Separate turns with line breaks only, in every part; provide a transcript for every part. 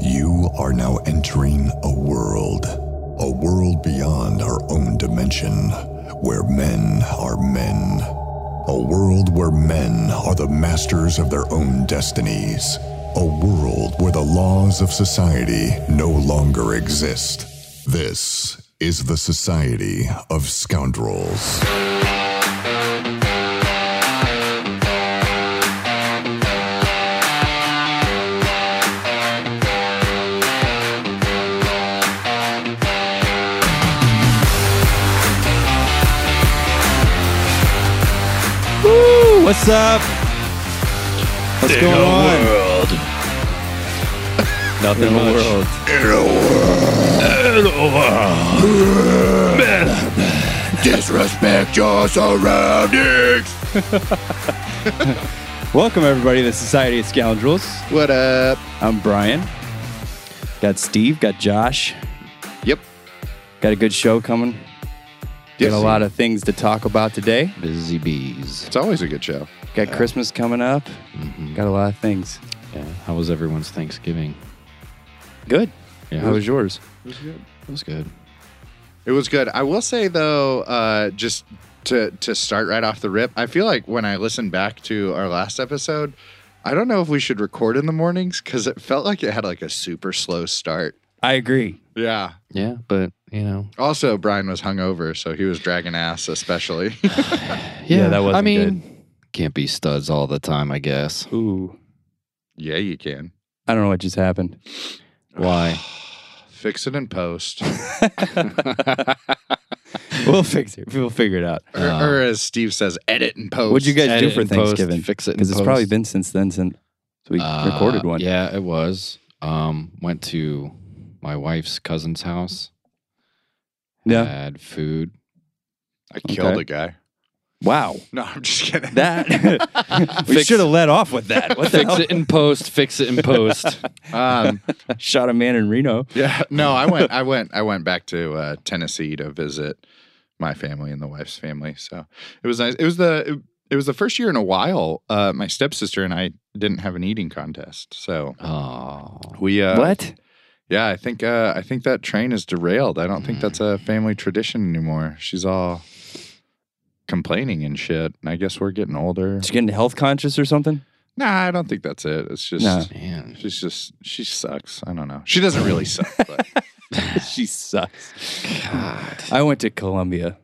You are now entering a world, a world beyond our own dimension, where men are men. A world where men are the masters of their own destinies. A world where the laws of society no longer exist. This is the Society of Scoundrels.
Woo! What's up? What's going on?
world.
Nothing in the world.
Disrespect your surroundings.
Welcome everybody to Society of Scoundrels.
What up?
I'm Brian. Got Steve. Got Josh.
Yep.
Got a good show coming.
Yes.
Got a lot of things to talk about today.
Busy bees.
It's always a good show.
Got Christmas coming up. Got a lot of things.
Yeah. How was everyone's Thanksgiving?
Good.
Yeah.
How was yours?
It was good.
it was good.
It was good. I will say though, uh, just to to start right off the rip, I feel like when I listen back to our last episode, I don't know if we should record in the mornings because it felt like it had like a super slow start.
I agree.
Yeah.
Yeah, but you know.
Also, Brian was hungover, so he was dragging ass, especially.
Yeah,
that
I
wasn't
mean, can't be studs all the time, I guess.
Ooh.
yeah, you can
I don't know what just happened.
Why?
fix it in post,
We'll fix it. We'll figure it out.
or, or as Steve says, edit and post.
Uh. What'd you guys do
Edit
for
in post,
Thanksgiving?
fix it in
Because it's probably
post.
been since then since we
Uh,
recorded one.
Yeah, it was. Um, went to my wife's cousin's house.
yeah.
Had food.
I killed
Okay.
a guy.
Wow.
No, I'm just kidding.
That we
Fix-
should have let off with that. What the
fix
hell?
it in post. Fix it in post.
um,
Shot a man in Reno.
Yeah. No, I went I went I went back to uh, Tennessee to visit my family and the wife's family. So it was nice. It was the it, was the first year in a while uh, my stepsister and I didn't have an eating contest. So
oh.
we uh
what?
yeah, I think uh I think that train is derailed. I don't think that's a
Mm.
family tradition anymore. She's all complaining and shit. And I guess we're getting older.
Did you get into health conscious or something?
Nah, I don't think that's it. It's just
Nah.
Man.
she's just she sucks. I don't know. She doesn't really suck, but
she sucks.
God.
I went to Columbia.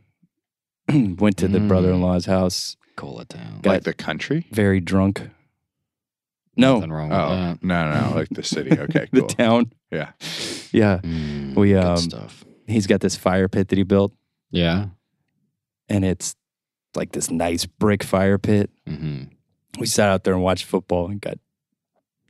went to the
Mm.
brother-in-law's house.
Cola town.
Got
like the country.
very drunk. No,
Nothing wrong with
Oh
that.
no, no, like the city. Okay,
the
cool.
town.
Yeah.
Yeah,
Mm,
We,
good
um,
stuff.
he's got this fire pit that he built,
Yeah.
and it's like this nice brick fire pit.
Mm-hmm.
We sat out there and watched football and got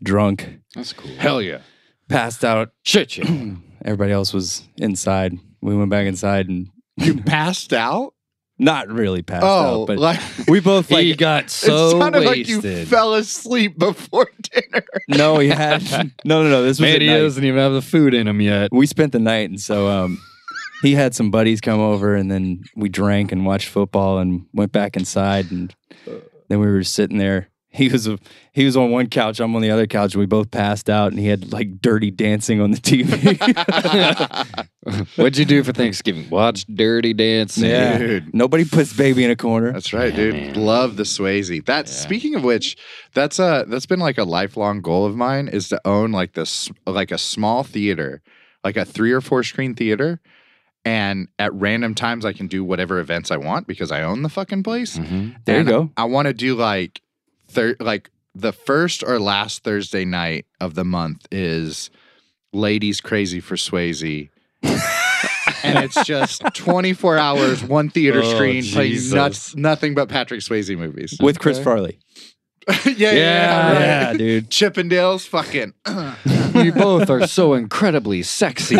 drunk,
That's cool.
Hell yeah.
passed out.
shit, yeah.
Everybody else was inside. We went back inside and
You passed out?
not really passed
oh,
out, but
like
we both like
he got
it
so
sounded
wasted.
like you fell asleep before dinner.
no, he had no, no, no. This was
Man,
at
he
night.
doesn't even have the food in him yet.
We spent the night, and so um, he had some buddies come over, and then we drank and watched football, and went back inside, and then we were sitting there. He was he was on one couch, I'm on the other couch, and we both passed out, and he had like dirty dancing on the TV.
What'd you do for Thanksgiving? Watch Dirty Dancing.
Yeah.
Dude.
Nobody puts baby in a corner.
That's right,
Yeah,
dude.
man.
Love the Swayze. That's
Yeah.
speaking of which, that's uh that's been like a lifelong goal of mine is to own like this like a small theater, like a three or four screen theater. And at random times I can do whatever events I want because I own the fucking place.
Mhm.
There you
And
go.
I want to do like thir- like the first or last Thursday night of the month is ladies crazy for Swayze. and it's just 24 hours, one theater
Oh,
screen,
Jesus.
playing nuts, nothing but Patrick Swayze movies.
With Chris
Okay.
Farley.
yeah, yeah, yeah, right.
Yeah, dude.
Chippendales, fucking.
you both are so incredibly sexy.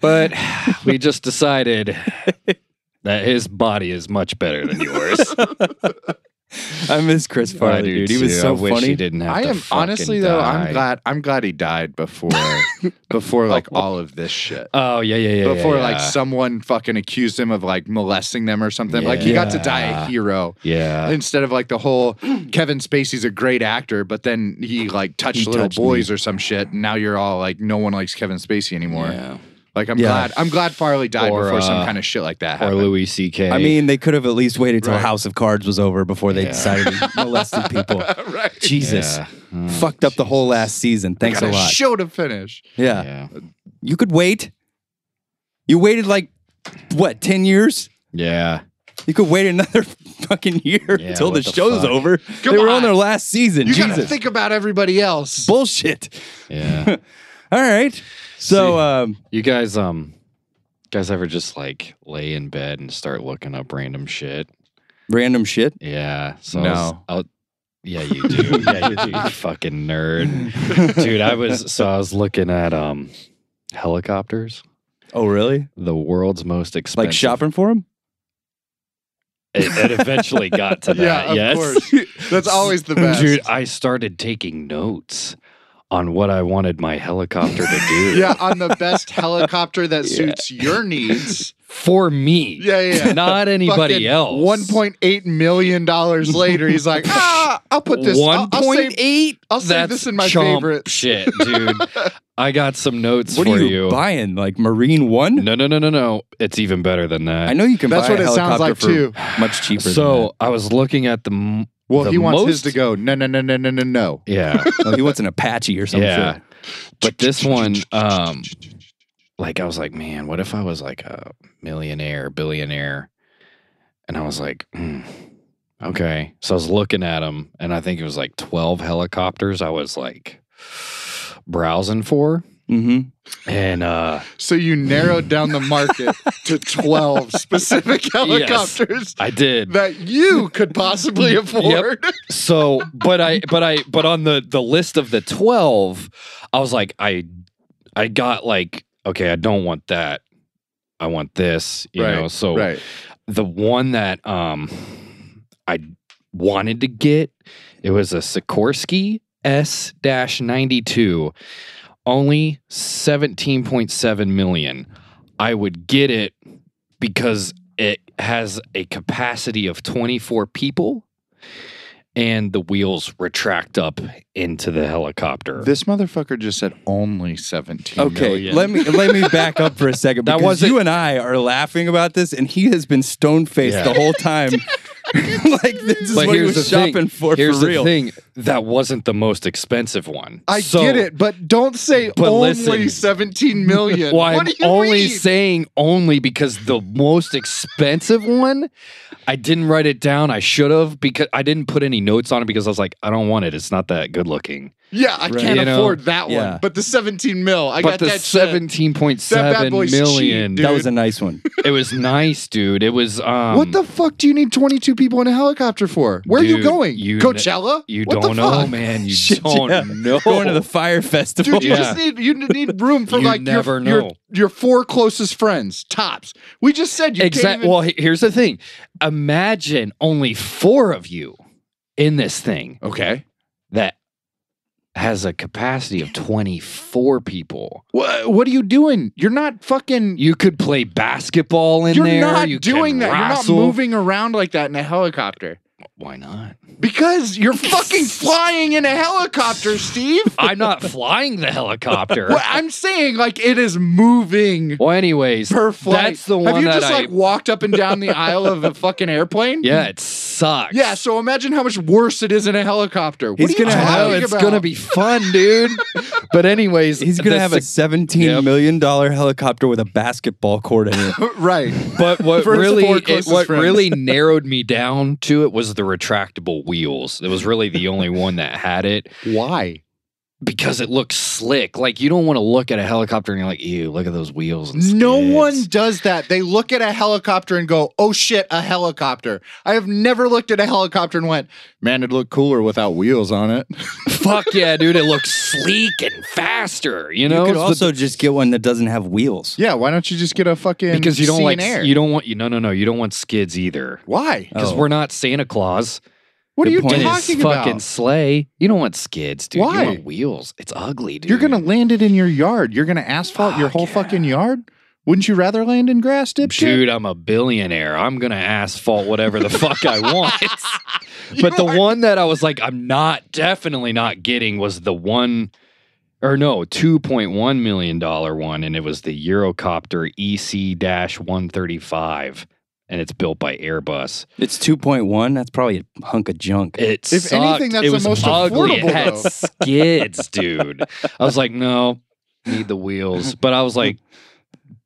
but we just decided that his body is much better than yours.
I miss Chris
I
Farley,
do
dude. He was
too.
so
I wish
funny.
He didn't have
I
to
am
fucking
honestly though, I'm
die.
glad I'm glad he died before before like all of this shit.
Oh yeah, yeah, yeah. yeah,
before like
yeah.
someone fucking accused him of like molesting them or something. Like he got to die a
Yeah.
hero.
Yeah.
Instead of like the whole Kevin Spacey's a great actor, but then he like touched
He
little
touched
boys or some shit. And now you're all like, no one likes Kevin Spacey anymore.
Yeah.
Like I'm
Yeah.
glad I'm glad Farley died
Or,
before some
uh,
kind of shit like that
Or
happened.
Louis C.K.
I mean, they could have at least waited till
Right.
House of Cards was over before they
Yeah.
decided to molested people.
right.
Jesus.
Yeah. Mm,
Fucked up the whole last season. Thanks a
Got
lot.
Show to finish.
yeah.
Yeah.
You could wait. You waited like what, 10 years?
Yeah.
You could wait another fucking year
Yeah,
until the
what the
show's
fuck?
over.
Come
they were on.
on.
their last season.
You gotta
Jesus.
think about everybody else.
Bullshit.
Yeah.
All right. So um
you guys, um, guys ever just like lay in bed and start looking up random shit?
random shit.
Yeah. So I
No.
was- I'll, yeah, you do. yeah, you do. You fucking nerd, dude. I was so I was looking at um helicopters,
Oh really?
the world's most expensive.
Like shopping for him?
It, it eventually got to that.
Yeah, of
yes.
course. That's always the best.
Dude, I started taking notes on what I wanted my helicopter to do.
yeah, on the best helicopter that suits your needs.
For me.
Yeah, yeah. yeah.
Not anybody
Fucking
else.
$1.8 million dollars later, he's like, ah, I'll put this. I'll, I'll save-
1.8?
I'll save
That's
this in my
chomp
favorites.
Shit, dude. I got some notes
What
for
are you, buying? Like Marine One?
No, no, no, no, no. It's even better than that.
I know you can
That's
buy
what
a
it sounds
helicopter
like,
for
too.
much cheaper. than
So I was looking at the. m-
Well,
the
he wants
most,
his to go, no, no, no, no, no, no, no.
Yeah.
that. Oh, he wants an Apache or some
yeah.
shit.
But this one, um, like I was like, man, what if I was like a millionaire, billionaire? And I was like, hmm, okay. So I was looking at them, and I think it was like 12 helicopters I was like browsing for.
Mm-hmm.
And uh
So you narrowed down the market to 12 specific helicopters
I did.
that you could possibly afford.
So, but I, but I, but on the the list of the twelve, I was like, I, I got like, okay, I don't want that. I want this, you know. So
right.
the one that um I wanted to get, it was a Sikorsky S 92, only 17.7 million. I would get it because it has a capacity of 24 people and the wheels retract up into the helicopter.
This motherfucker just said only 17
Okay,
million.
let me let me back up for a second
That
because
wasn't-
you and I are laughing about this, and he has been stone faced
Yeah.
the whole time. like this is
but
what he
here's the
was shopping
thing.
for
here's
for real.
the thing. That wasn't the most expensive one.
I
So-
get it, but don't say
But
only
listen.
17 million.
Well, I'm
what do you
only
mean?
saying only because the most expensive one, I didn't write it down. I should have because I didn't put any notes on it because I was like, I don't want it. It's not that good looking.
Yeah, I can't
You know?
afford that one.
Yeah.
But the 17 mil, I got
but the
that shit.
seventeen point
That bad
seven
boy's
million,
cheap,
That was a nice one.
it was nice, dude. It was um,
what the fuck do you need 22 people in a helicopter for? Where are you
Dude,
going?
you kn-
Coachella?
you
What the
don't know,
fuck?
man. You
Shit,
don't
yeah.
know.
Going to the fire festival.
Dude, you
Yeah.
just need you need room for
You
like your-
never
your, your
know.
four closest friends tops. We just said you can't
exactly.
even-
Well, he- here's the thing. Imagine only four of you in this thing.
okay.
that has a capacity of 24 people.
What what are you doing? You're not fucking.
You could play basketball in
You're
there.
not
you can
doing that.
wrestle.
You're not moving around like that in a helicopter
Why not?
because you're fucking flying in a helicopter, Steve.
I'm not flying the helicopter.
Well, I'm saying like it is moving
Well, anyways,
per flight.
that's the one
Have you
that
just
I.
like walked up and down the aisle of a fucking airplane?
yeah, it sucks.
Yeah. So imagine how much worse it is in a helicopter. What
He's
are you
gonna
I
talking
know, it's
about?
gonna be fun, dude. but anyways,
He's gonna
the
have a
sec-
seventeen
Yep.
million dollar helicopter with a basketball court in it.
right.
But what
for his
really,
four
it,
closest
what
friends.
really narrowed me down to it was the retractable wheels. It was really the only one that had it.
Why?
because it looks slick. Like you don't want to look at a helicopter and you're like, ew, look at those wheels. And
No
skids."
one does that. They look at a helicopter and go, "Oh shit, a helicopter." I have never looked at a helicopter and went, "Man, it'd look cooler without wheels on it."
Fuck yeah, dude! It looks sleek and faster. You
You
know,
could
It's the-
also just get one that doesn't have wheels.
yeah. Why don't you just get a fucking
because you don't
sea
like
and air?
you don't want you no no no you don't want skids either
Why?
because
Oh.
we're not Santa Claus.
What
The
are you
point is
talking
fucking
about?
sleigh. You don't want skids, dude.
Why?
You want wheels. It's ugly, dude.
You're gonna land it in your yard. You're gonna asphalt your
Fuck
whole
yeah.
fucking yard. Wouldn't you rather land in grass, dipshit?
Dude, I'm a billionaire. I'm gonna asphalt whatever the fuck I want.
You
but the
are-
one that I was like, I'm not definitely not getting was the one or no, two point one million dollar one, and it was the Eurocopter E EC 135, and it's built by Airbus.
It's 2.1. That's probably a hunk of junk.
It
If anything,
sucked.
that's
it
the
was
most
ugly. It
affordable,
had
though.
skids, dude. I was like, no, need the wheels. But I was like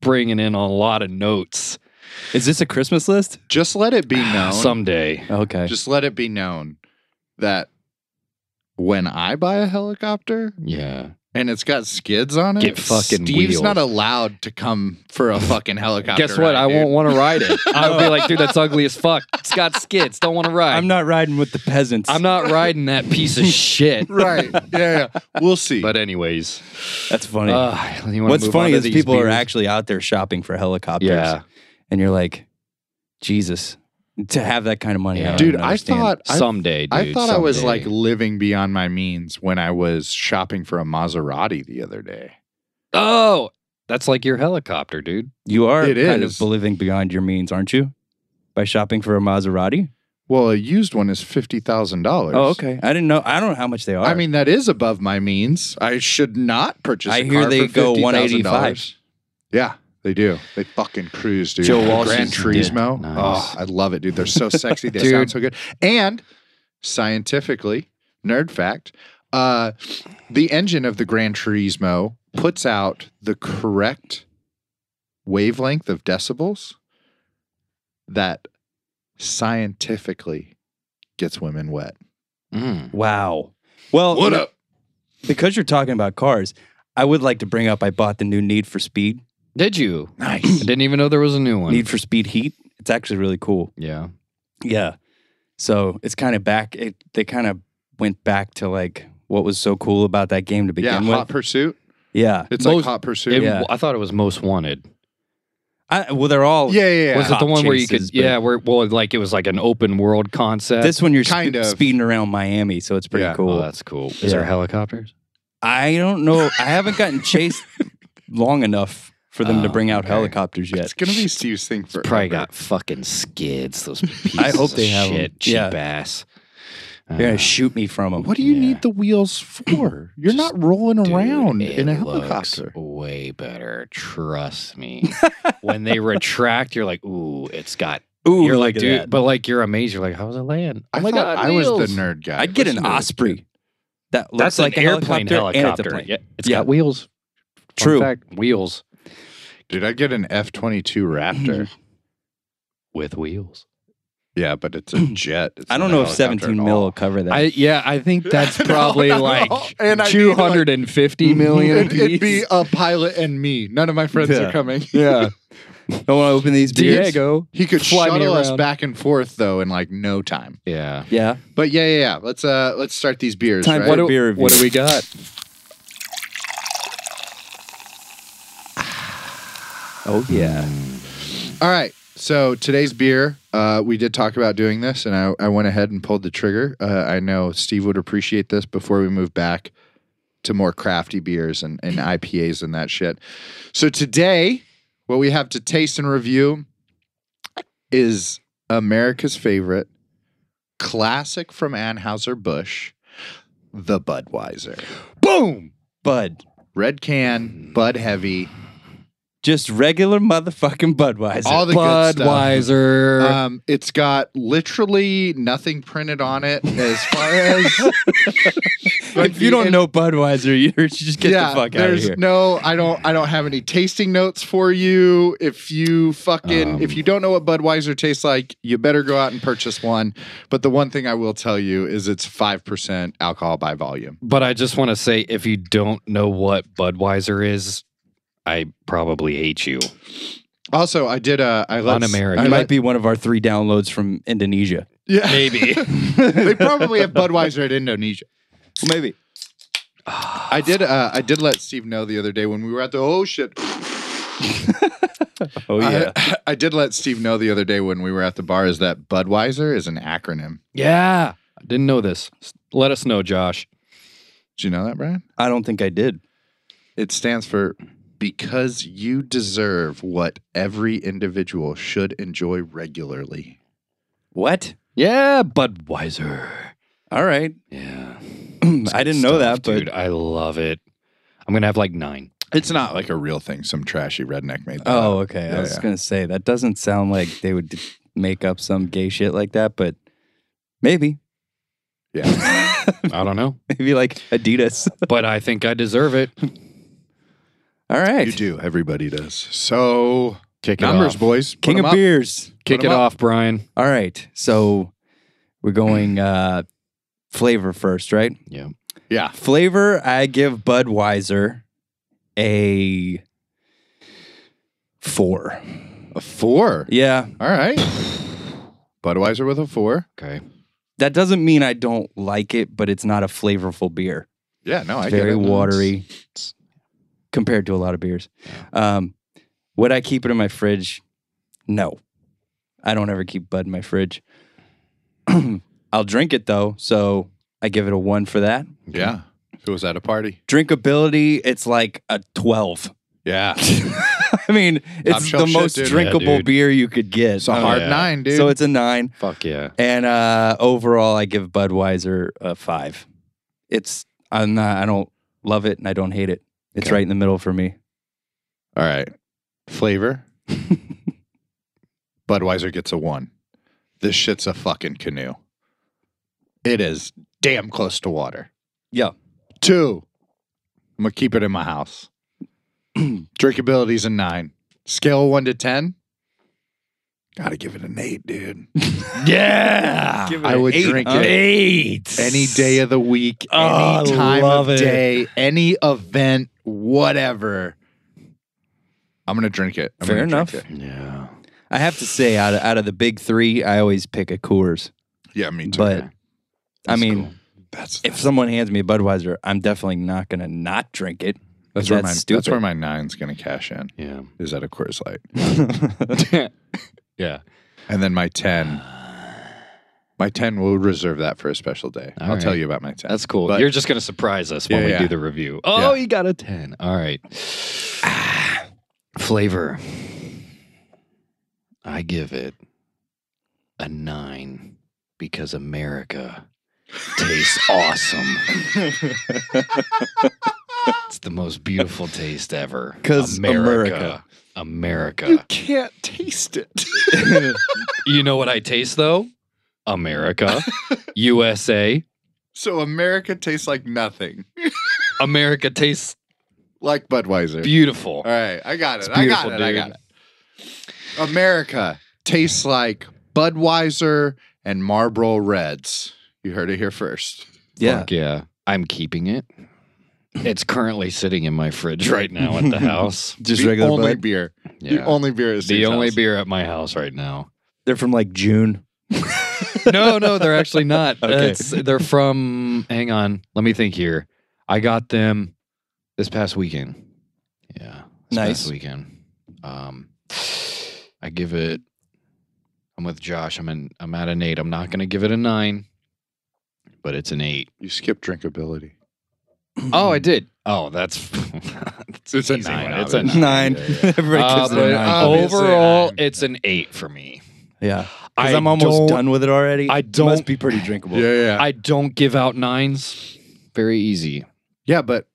bringing in a lot of notes
Is this a Christmas list?
just let it be known.
someday.
Okay.
just let it be known that when I buy a helicopter
Yeah.
and it's got skids on it,
Get fucking
Steve's
wheels.
not allowed to come for a fucking helicopter.
Guess what?
ride,
I
dude.
won't want to ride it. I would be like, dude, that's ugly as fuck. It's got skids. Don't want to ride.
I'm not riding with the peasants.
I'm not riding that piece of shit.
Right? Yeah, yeah. We'll see.
But anyways,
That's funny.
uh, you wanna
What's
move on
funny
to
is
these
people are
beers?
actually out there shopping for helicopters.
yeah.
And you're like, Jesus, to have that kind of money. I
Yeah.
don't
dude,
even
I
understand.
thought I,
someday, dude.
I thought I was
someday.
like living beyond my means when I was shopping for a Maserati the other day.
oh, that's like your helicopter, dude.
you are
It
kind
is.
of living beyond your means, aren't you? By shopping for a Maserati?
Well, a used one is fifty thousand dollars.
Oh, okay. I didn't know. I don't know how much they are.
I mean, that is above my means. I should not purchase.
I
a
hear
car
they
for
go
$50,000.
185.
Yeah, they do. They fucking cruise, dude.
Joe
The
Walsh's
Gran Turismo.
did.
Oh,
Nice.
I love it, dude. They're so sexy. They
Dude.
sound so good. And scientifically, nerd fact: uh, the engine of the Gran Turismo puts out the correct wavelength of decibels that scientifically gets women wet.
Mm.
wow. Well, you know, because you're talking about cars, I would like to bring up I bought the new Need for Speed,
Did you? I
Nice.
didn't even know there was a new one.
Need for Speed Heat. It's actually really cool.
yeah.
Yeah. So it's kind of back. It, they kind of went back to like what was so cool about that game to
Yeah,
begin
hot
with.
pursuit.
yeah.
It's like
Most-
hot pursuit.
It-
Yeah.
I thought it was most wanted.
I, well, they're all.
Yeah, yeah, yeah.
was it the
Cop
one where you could?
chases, but-
yeah, where well, like it was like an open world concept.
This one you're
Kind
sp-
of.
speeding around Miami, so it's pretty
Yeah.
cool.
Oh, that's cool. Is
Yeah.
there helicopters?
I don't know. I haven't gotten chased long enough for them to
Oh,
bring out
okay.
helicopters yet.
It's gonna be Steve's thing for
Probably got fucking skids. Those pieces
I hope they
of
have 'em.
shit, cheap
Yeah.
ass.
They're
Uh,
gonna shoot me from them.
What do you
Yeah.
need the wheels for? You're
Just
not rolling
dude,
around
it
in a
looks
helicopter.
Way better, trust me. when they retract, you're like, ooh, it's got.
Ooh,
you're like,
look at
dude,
that.
but like you're amazed. You're like, how was it land?
I
Oh my
thought
God,
I was
wheels.
the nerd guy.
I'd get an
Listen to this
Osprey.
kid.
That looks
That's
like
an
an
airplane
helicopter,
helicopter.
And it's a
Yeah, it's
Yeah.
got wheels. Fun
True.
fact, wheels
Dude, I'd get an F twenty two Raptor.
with wheels.
yeah, but it's a jet. It's
I don't
not
know
a
if
helicopter
17
at
mil
all.
will cover that.
I yeah, I think that's
No,
probably
not at all.
like
And I need,
two hundred and fifty million.
It'd, it'd be a pilot and me. None of my friends
Yeah.
are coming.
yeah. Don't want to open these beers.
Diego.
He could
Fly me
shuttle us
around.
back and forth though in like no time.
Yeah.
Yeah.
But yeah, yeah, yeah. Let's uh let's start these beers.
Time
right?
for
What do,
beer review.
what do we got?
Oh yeah.
All right. So today's beer, uh, we did talk about doing this, and I, I went ahead and pulled the trigger. Uh, I know Steve would appreciate this before we move back to more crafty beers and, and IPAs and that shit. So today, what we have to taste and review is America's favorite classic from Anheuser-Busch, the Budweiser.
Boom.
Bud.
Red can, Bud heavy,
Just regular motherfucking Budweiser.
all the good stuff.
Budweiser.
Um, it's got literally nothing printed on it as far as like
if you
the
don't
in-
know Budweiser, you you just get
yeah,
the fuck out of
there's
here.
no I don't I don't have any tasting notes for you. If you fucking
Um,
if you don't know what Budweiser tastes like, you better go out and purchase one. But the one thing I will tell you is it's five percent alcohol by volume.
but I just want to say, if you don't know what Budweiser is, I probably hate you.
Also, I did uh I let
Un-American.
It
I
might
let,
be one of our three downloads from Indonesia.
yeah.
Maybe.
they probably have Budweiser at Indonesia.
Maybe.
I did uh I did let Steve know the other day when we were at the oh shit
Oh yeah.
I, I did let Steve know the other day when we were at the bar is that Budweiser is an acronym.
yeah. I didn't know this. S- Let us know, Josh.
Did you know that, Brian?
I don't think I did.
It stands for because you deserve what every individual should enjoy regularly.
What?
Yeah, Budweiser.
All right.
Yeah.
I didn't know that, but
dude, I love it. I'm gonna have like nine.
It's not like a real thing. Some trashy redneck made. That
oh,
up.
okay.
Uh, Yeah,
I was
yeah.
gonna say that doesn't sound like they would d- make up some gay shit like that, but maybe,
yeah.
I don't know,
maybe like Adidas.
but I think I deserve it.
All right.
You do. Everybody does. So
Kick it
numbers,
off.
boys. Put
King
'em
of
up.
beers.
Kick
Put
it
'em up.
off, Brian.
All right. So we're going uh flavor first, right?
Yeah.
Yeah.
Flavor, I give Budweiser a four.
A four.
Yeah.
All right. Budweiser with a four.
Okay.
That doesn't mean I don't like it, but it's not a flavorful beer.
Yeah. No, I
It's
get
very
it.
watery compared to a lot of beers. Um, would I keep it in my fridge? No, I don't ever keep Bud in my fridge. I'll drink it though, so I give it a one for that.
Yeah. If it was at a party.
Drinkability, it's like a twelve.
Yeah.
I mean,
Top
it's
shelf
the
shit,
most
dude. Yeah,
drinkable
dude.
beer you could get.
It's a
Uh,
hard
yeah.
nine, dude.
so it's a nine.
Fuck yeah.
And uh, overall, I give Budweiser a five. It's I'm not. I don't love it, and I don't hate it. It's
Okay.
right in the middle for me.
all right. Flavor. Budweiser gets a one. This shit's a fucking canoe. It is damn close to water.
Yeah.
Two. I'm gonna keep it in my house. Drinkability's a nine. Scale one to ten. Gotta give it an eight, dude.
Yeah.
Give it
I
an
would
eight,
drink
huh?
it
Eight.
any day of the week,
Oh, I
any time
love
of
it.
day, any event, whatever. I'm gonna drink it. I'm
Fair
gonna
enough.
drink it.
Yeah.
I have to say, out of, out of the big three, I always pick a Coors.
Yeah, me too.
But I
That's
mean,
cool.
that's
if someone hands me a Budweiser, I'm definitely not gonna not drink it.
that's where
that's
my
stupid.
that's where my nine's gonna cash in.
Yeah.
Is at a Coors Light,
yeah.
and then my ten. My ten will reserve that for a special day.
All
I'll tell
right.
you about my ten.
That's cool.
But-
You're just gonna surprise us when
Yeah,
we
yeah.
do the review. Oh,
Yeah.
you got a ten. All right. Ah, flavor. I give it a nine because America tastes awesome. it's the most beautiful taste ever.
'Cause
America. America.
can't taste it.
You know what I taste though? America. USA.
so America tastes like nothing,
America tastes
like Budweiser.
beautiful.
All right, I got
It's
it. I got it.
beautiful,
I
dude.
got it. America tastes like Budweiser and Marlboro Reds. You heard it here first.
yeah,
Fuck yeah. I'm keeping it. It's currently sitting in my fridge right now at the house.
just
the
regular
only
Bud.
beer. The
Yeah.
only beer is
The only beer at my house right now.
They're from like June.
No, no, they're actually not.
Okay.
It's- they're from, hang on, let me think here. I got them this past weekend. Yeah. This
Nice.
Past weekend. Um, I give it, I'm with Josh. I'm, in, I'm at an eight. I'm not going to give it a nine, but it's an eight.
You skip drinkability.
Oh, I did. Oh, that's, that's
It's a
easy
nine,
one. It's a
obviously.
nine.
nine.
Yeah, yeah.
Everybody gives
Uh,
it
but
a nine.
oh, Obviously,
Overall,
I'm-
it's an eight for me.
yeah, because I'm almost
don't-
done with it already.
I
It must
don't-
be pretty drinkable.
yeah.
I don't give out nines. Very easy.
yeah, but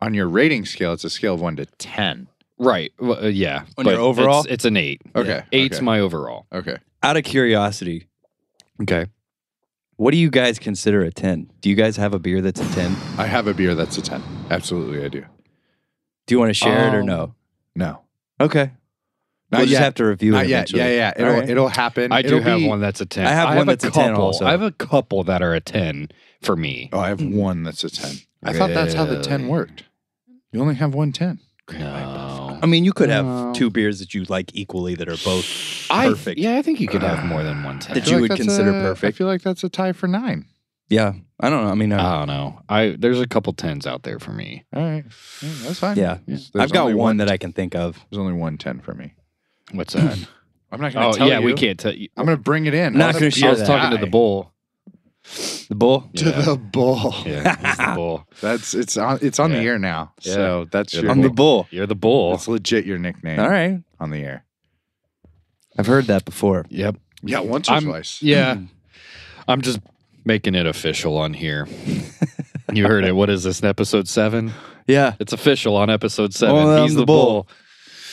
on your rating scale, it's a scale of one to ten.
Right. Well, uh, yeah.
On your
but
overall?
it's, it's an eight.
Okay.
Yeah.
Eight's
okay.
my overall.
okay.
Out of curiosity,
Okay.
what do you guys consider a ten? Do you guys have a beer that's a ten?
I have a beer that's a ten. Absolutely, I do.
Do you want to share it or
Um,
no?
No,
Okay,
not
we'll
yet.
just have to review
not
it.
yet.
Eventually.
Yeah, yeah. It'll
All right.
it'll happen.
I do
It'll
have
be-
one that's a ten.
I have one that's a 10
couple.
also.
I have a couple that are a ten for me.
Oh, I have one that's a ten. I thought that's how the ten
Really?
worked. You only have one ten.
No.
I mean, you could have
No.
two beers that you like equally that are both.
I,
perfect.
Yeah, I think you could have more than one ten.
Did you would
that's
consider
a-
perfect.
I feel like that's a tie for nine.
Yeah, I don't know. I mean, uh, I,
I don't know. I there's a couple tens out there for me.
All right, Yeah, that's fine.
Yeah.
There's
I've got
only
one, that I can think of.
There's only one ten for me.
What's that?
I'm not gonna
oh
tell
yeah,
you.
we can't tell you.
I'm gonna bring it in.
Not
That's
gonna
a
share
I was
that.
talking to the
guy.
bull.
The bull.
Yeah.
to the bull.
Yeah, he's the bull.
That's it's on it's on
Yeah.
the air now.
Yeah.
So that's
Yeah,
your
I'm the bull.
You're the bull.
that's legit your nickname
All right.
on the air.
I've heard that before.
Yep.
Yeah, once or
I'm,
twice.
Yeah. I'm just making it official on here. you heard it. What is this? Episode seven?
Yeah.
It's official on episode seven.
Well, I'm
He's
the
the,
bull.
bull.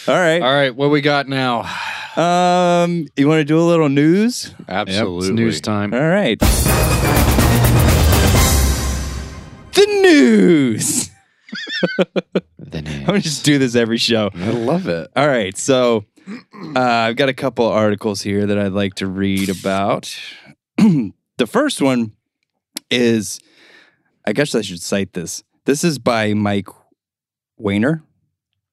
All right.
All right. What we got now?
Um, you want to do a little news?
Um,
Absolutely.
Yep, it's news time.
All right. The news.
The
I'm gonna just do this every show.
I love it.
All right, so uh, I've got a couple articles here that I'd like to read about. the first one is, I guess I should cite this. This is by Mike Weiner,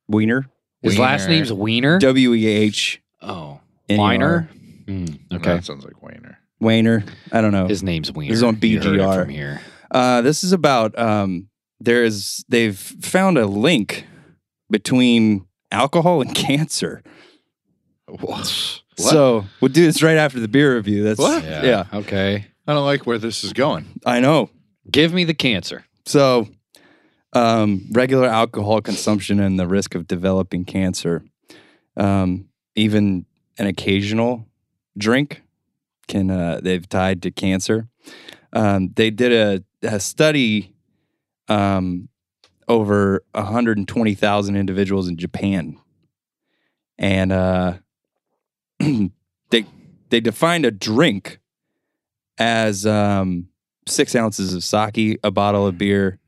Weiner,
His last
Wiener.
name's Wiener.
W e h
oh,
N E R.
Wiener. Mm,
Okay.
okay.
That sounds like Wiener.
Weiner. I don't know.
His name's Wiener.
This is on
You heard it
BGR.
from here.
Uh, this is about um, there is they've found a link between alcohol and cancer.
What?
So we'll do this right after the beer review. That's
What?
yeah.
Okay.
I don't like where this is going.
I know.
Give me the cancer.
So um, regular alcohol consumption and the risk of developing cancer, um, even an occasional drink, can uh, they've tied to cancer. Um, they did a, a study um, over 120,000 individuals in Japan, and uh, they they defined a drink as um, six ounces of sake, a bottle
Mm.
of beer,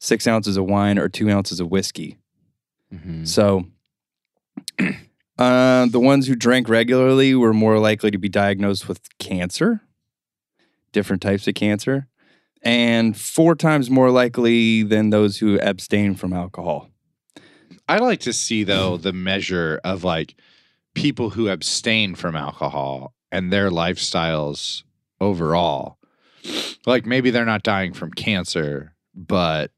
six ounces of wine, or two ounces of whiskey.
Mm-hmm.
Mm.
So, uh, the ones who drank regularly were more likely to be diagnosed with cancer, different types of cancer, and four times more likely than those who abstained from alcohol.
I like to see though the measure of like people who abstain from alcohol and their lifestyles overall. Like maybe they're not dying from cancer, but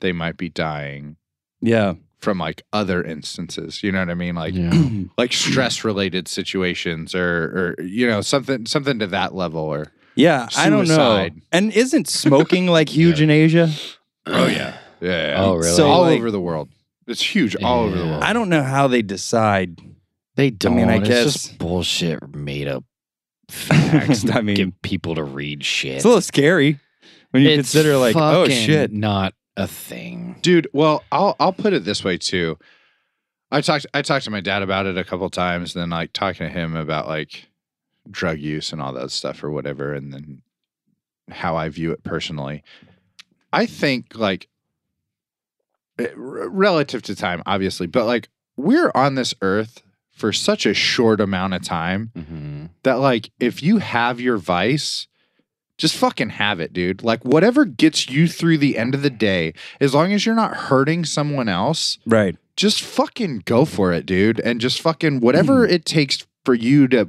they might be dying
Yeah.
from like other instances. You know what I mean? Like
Yeah.
like stress related situations or or you know something something to that level or
Yeah. I don't know.
Suicide.
And isn't smoking like huge in Asia?
Oh, yeah. yeah.
Oh really?
So-
all
like-
over the world. It's huge all over the
Yeah.
world.
I don't know how they decide.
they don't.
mean, I
it's
guess-
just bullshit made up facts. to
I mean-
get people to read shit.
It's a little scary when you
It's
consider, like, oh
fucking
shit.
not a thing.
dude well i'll i'll put it this way too i talked i talked to my dad about it a couple times and then like talking to him about like drug use and all that stuff or whatever and then how i view it personally i think like eh, r- relative to time obviously but like we're on this earth for such a short amount of time
Mm-hmm.
that like if you have your vice just fucking have it dude like whatever gets you through the end of the day as long as you're not hurting someone else
Right.
just fucking go for it dude and just fucking whatever it takes for you to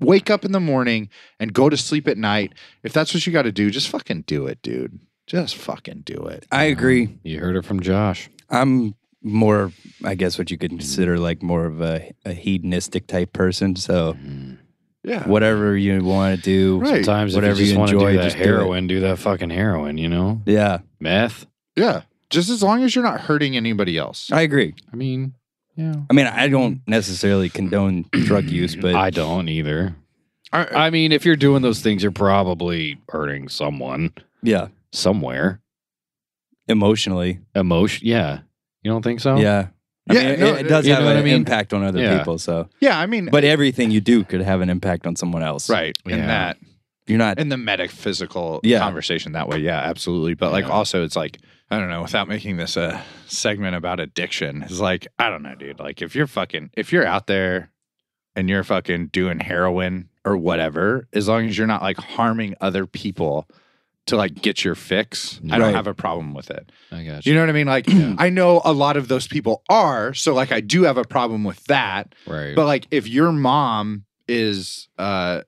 wake up in the morning and go to sleep at night if that's what you got to do just fucking do it dude just fucking do it
I agree.
Mm-hmm. You heard it from Josh.
I'm more, I guess, what you could consider like more of a, a hedonistic type person.
Oh.
So
yeah
whatever you want to do,
Right.
Sometimes
Whatever
if you,
you
just want to
enjoy,
do that
just do it.
heroin, do, that fucking heroin. You know,
yeah,
meth.
yeah just as long as you're not hurting anybody else
I agree.
I mean, yeah.
I mean, I don't necessarily condone drug use, but
I don't either.
I-
I mean, if you're doing those things, you're probably hurting someone
yeah,
somewhere.
emotionally,
Emotion, yeah. You don't think so?
yeah. I
Yeah,
mean,
no,
it, it does
you
have
know what
an
I mean?
impact on other
Yeah.
people. So,
yeah i mean
but everything you do could have an impact on someone else.
right
Yeah.
and that
You're not.
in the metaphysical
Yeah.
conversation that way. Yeah, absolutely. But like
Yeah.
also it's like, I don't know, without making this a segment about addiction, it's like, I don't know, dude. Like if you're fucking if you're out there and you're fucking doing heroin or whatever, as long as you're not like harming other people to like get your fix, I
Right.
don't have a problem with it.
I got
You know what I mean? Like I know a lot of those people are, so like I do have a problem with that.
Right.
But like if your mom is uh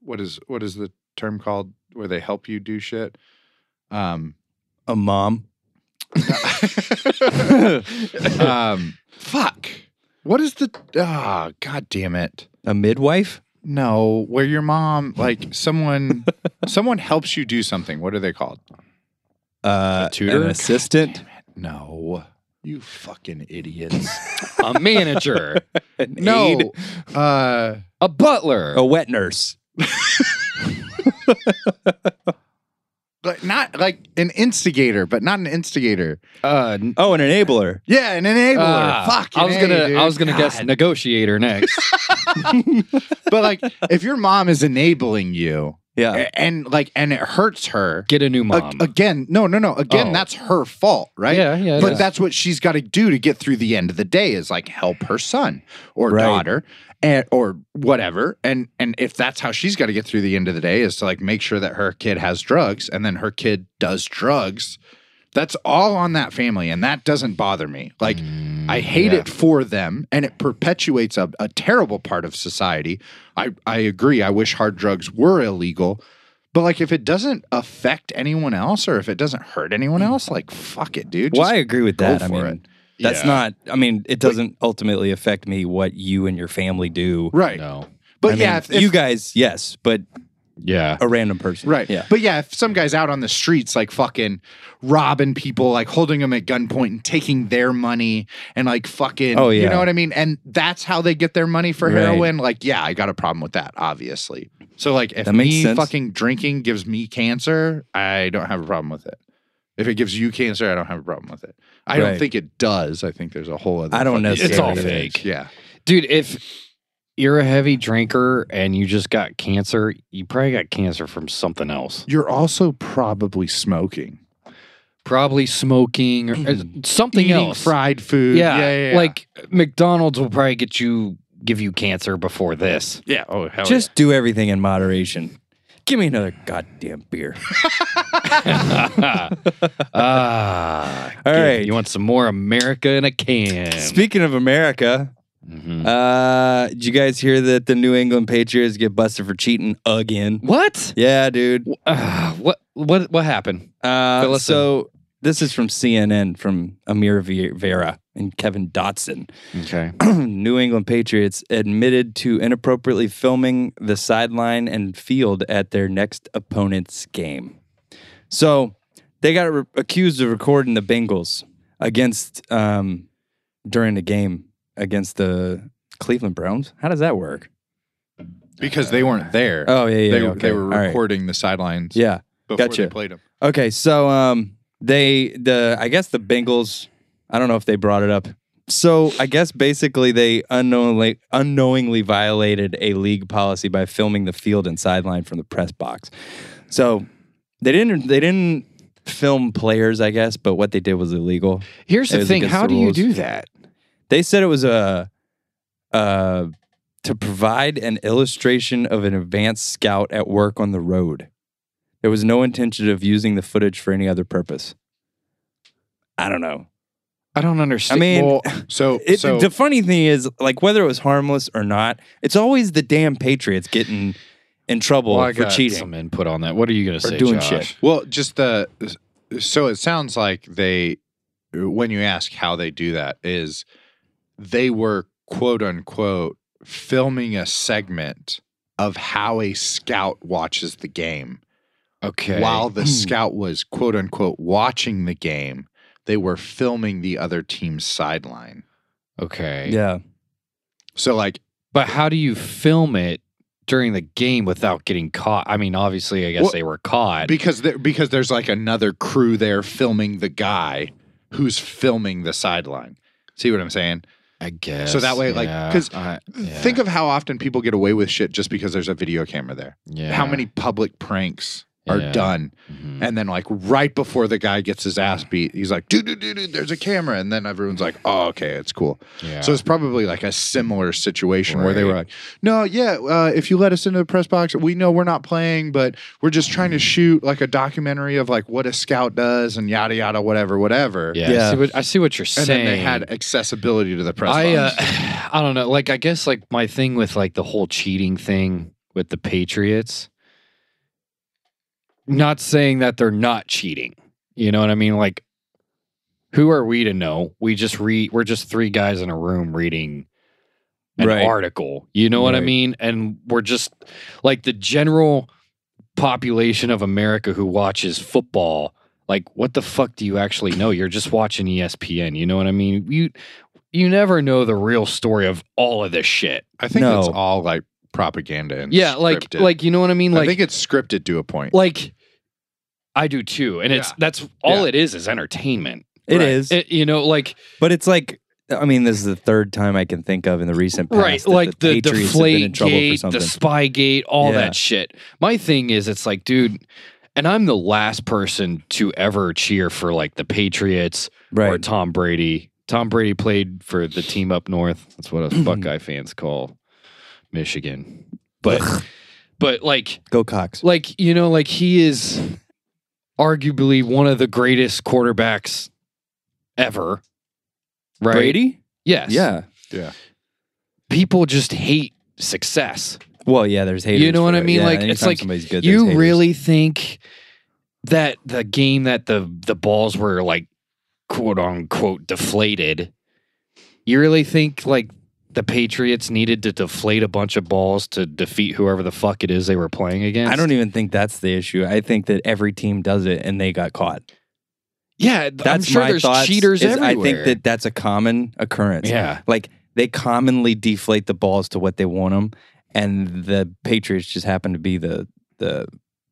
what is what is the term called where they help you do shit? Um
a mom.
um fuck. What is the ah god damn it.
A midwife?
No, where your mom, like someone, someone helps you do something. What are they called?
Uh,
tutor?
an assistant,
No, you fucking idiots.
a manager,
an
no,
aide,
uh,
a butler.
a wet nurse.
but not like an instigator, but not an instigator.
uh,
Oh, an enabler.
Yeah, an enabler.
ah,
Fuck.
I was gonna, I was gonna guess negotiator next.
but like, if your mom is enabling you,
Yeah.
a- and like, and it hurts her.
Get a new
a-
Uh, mom.
again, no, no, no. Again,
Oh.
that's her fault, right?
Yeah, yeah.
but
yeah.
that's what she's got to do to get through the end of the day is like help her son or
Right.
daughter and, or whatever and and if that's how she's got to get through the end of the day is to like make sure that her kid has drugs and then her kid does drugs that's all on that family and that doesn't bother me like I hate
yeah.
it for them, and it perpetuates a, a terrible part of society. I, I agree. I wish hard drugs were illegal, but like if it doesn't affect anyone else or if it doesn't hurt anyone else, like fuck it, dude.
Well,
Just
I agree with
go
that. I
for
mean,
it.
that's
Yeah.
not. I mean, it doesn't ultimately affect me what you and your family do.
Right.
No.
But
I mean,
yeah, if, if-
you guys, yes, but
Yeah.
a random person,
right. Oh,
Yeah.
But yeah, if some guy's out on the streets, like fucking robbing people, like holding them at gunpoint and taking their money and like fucking,
Oh,
you
yeah.
know what I mean? And that's how they get their money for
Right.
heroin. Like, yeah, I got a problem with that, obviously. So like if
That makes
me
sense.
fucking drinking gives me cancer, I don't have a problem with it. If it gives you cancer, I don't have a problem with it. I don't
Right.
think it does. I think there's a whole other.
I don't
fucking-
necessarily
It's all
think-
fake.
Yeah.
Dude, if you're a heavy drinker and you just got cancer, you probably got cancer from something else.
You're also probably smoking.
Probably smoking or uh, something
Mm-hmm. Eating
else.
fried food.
yeah,
yeah, yeah.
Like McDonald's will probably get you give you cancer before this.
Yeah. Oh, hell
Just do everything in moderation. Give me another goddamn beer.
ah,
All
good.
right.
You want some more America in a can.
Speaking of America,
Mhm.
uh, did you guys hear that the New England Patriots get busted for cheating again?
What?
Yeah, dude.
Uh, what what what happened? Fill
Uh,
us
so this is from CNN from Amir Ve- Vera and Kevin Dotson.
Okay.
New England Patriots admitted to inappropriately filming the sideline and field at their next opponent's game. So they got re- accused of recording the Bengals against um, during the game against the Cleveland Browns. How does that work?
because they weren't there.
Oh yeah, yeah,
they,
okay.
they were
All right.
recording the sidelines
Yeah.
before
gotcha.
they played them.
Okay, so um, they the I guess the Bengals. I don't know if they brought it up. So I guess basically they unknowingly unknowingly violated a league policy by filming the field and sideline from the press box. So they didn't they didn't film players, I guess, but what they did was illegal.
Here's
It
the
was
thing.
against
How
the
do
rules.
you do that?
They said it was a uh to provide an illustration of an advanced scout at work on the road. There was no intention of using the footage for any other purpose. I don't know.
I don't
I
understand.
mean,
Well, so
it,
so
the funny thing is, like, whether it was harmless or not, it's always the damn Patriots getting in trouble
Well, I
for
got
cheating.
some input on that. What are you going to
Or
say?
doing
Josh?
shit.
well, just the so it sounds like they when you ask how they do that is they were quote unquote filming a segment of how a scout watches the game
Okay.
while
Hmm.
the scout was quote unquote watching the game they were filming the other team's sideline
Okay.
Yeah,
so like
But how do you film it during the game without getting caught? I mean, obviously, I guess
Well,
they were caught.
because there, because there's like another crew there filming the guy who's filming the sideline. See what I'm saying?
I guess.
so that way, like, 'cause
I- yeah,
Think of how often people get away with shit just because there's a video camera there.
yeah,
How many public pranks are
Yeah.
done?
mhm.
And then like right before the guy gets his ass beat, he's like, "Dude, dude, dude, dude, there's a camera." And then everyone's like, "Oh, okay, it's cool."
yeah.
So it's probably like a similar situation where they were
Right.
like, "No, yeah, uh, if you let us into the press box, we know we're not playing, but we're just trying to shoot like a documentary of like what a scout does and yada yada, whatever, whatever."
yeah.
Yeah.
I, see what, I see what you're
And
saying.
then they had accessibility to the press
I uh,
box.
I don't know. Like I guess like my thing with like the whole cheating thing with the Patriots. Not saying that they're not cheating. You know what I mean? Like who are we to know? We just read we're just three guys in a room reading an
Right.
article. You know what I
Right.
mean? And we're just like the general population of America who watches football. Like, what the fuck do you actually know? You're just watching E ESPN. You know what I mean? You you never know the real story of all of this shit.
I think it's
No.
all like propaganda and
Yeah, like
scripted.
like you know what I mean? Like
I think it's scripted to a point.
like I do too. And it's
Yeah.
that's all
Yeah.
it is is entertainment.
It is,
Right.
It- you know, like
but it's like I mean, this is the third time I can think of in the recent past.
right,
that
like the, the
Patriots have been in
deflate
trouble for
gate, the
something.
spy gate, all
Yeah.
that shit. My thing is it's like, dude, and I'm the last person to ever cheer for like the Patriots or
right?
Tom Brady. Tom Brady played for the team up north. That's what us Buckeye fans call Michigan. But
Ugh.
but like
Go Cox.
like you know like he is arguably one of the greatest quarterbacks ever right
Brady?
yes
Yeah.
people just hate success
Well, yeah. There's haters.
know what
for
I
it.
mean?
Yeah,
Like, it's
anytime
like,
somebody's good. there's
you
haters.
really think that the game that the the balls were like quote unquote deflated you really think like the patriots needed to deflate a bunch of balls to defeat whoever the fuck it is they were playing against
I
e-,
don't even think that's the issue. I think that every team does it, and they got caught.
yeah th- i'm
That's
sure
my
there's
thoughts,
cheaters
is
everywhere
I think that that's a common occurrence.
yeah
Like they commonly deflate the balls to what they want them, and the Patriots just happen to be the the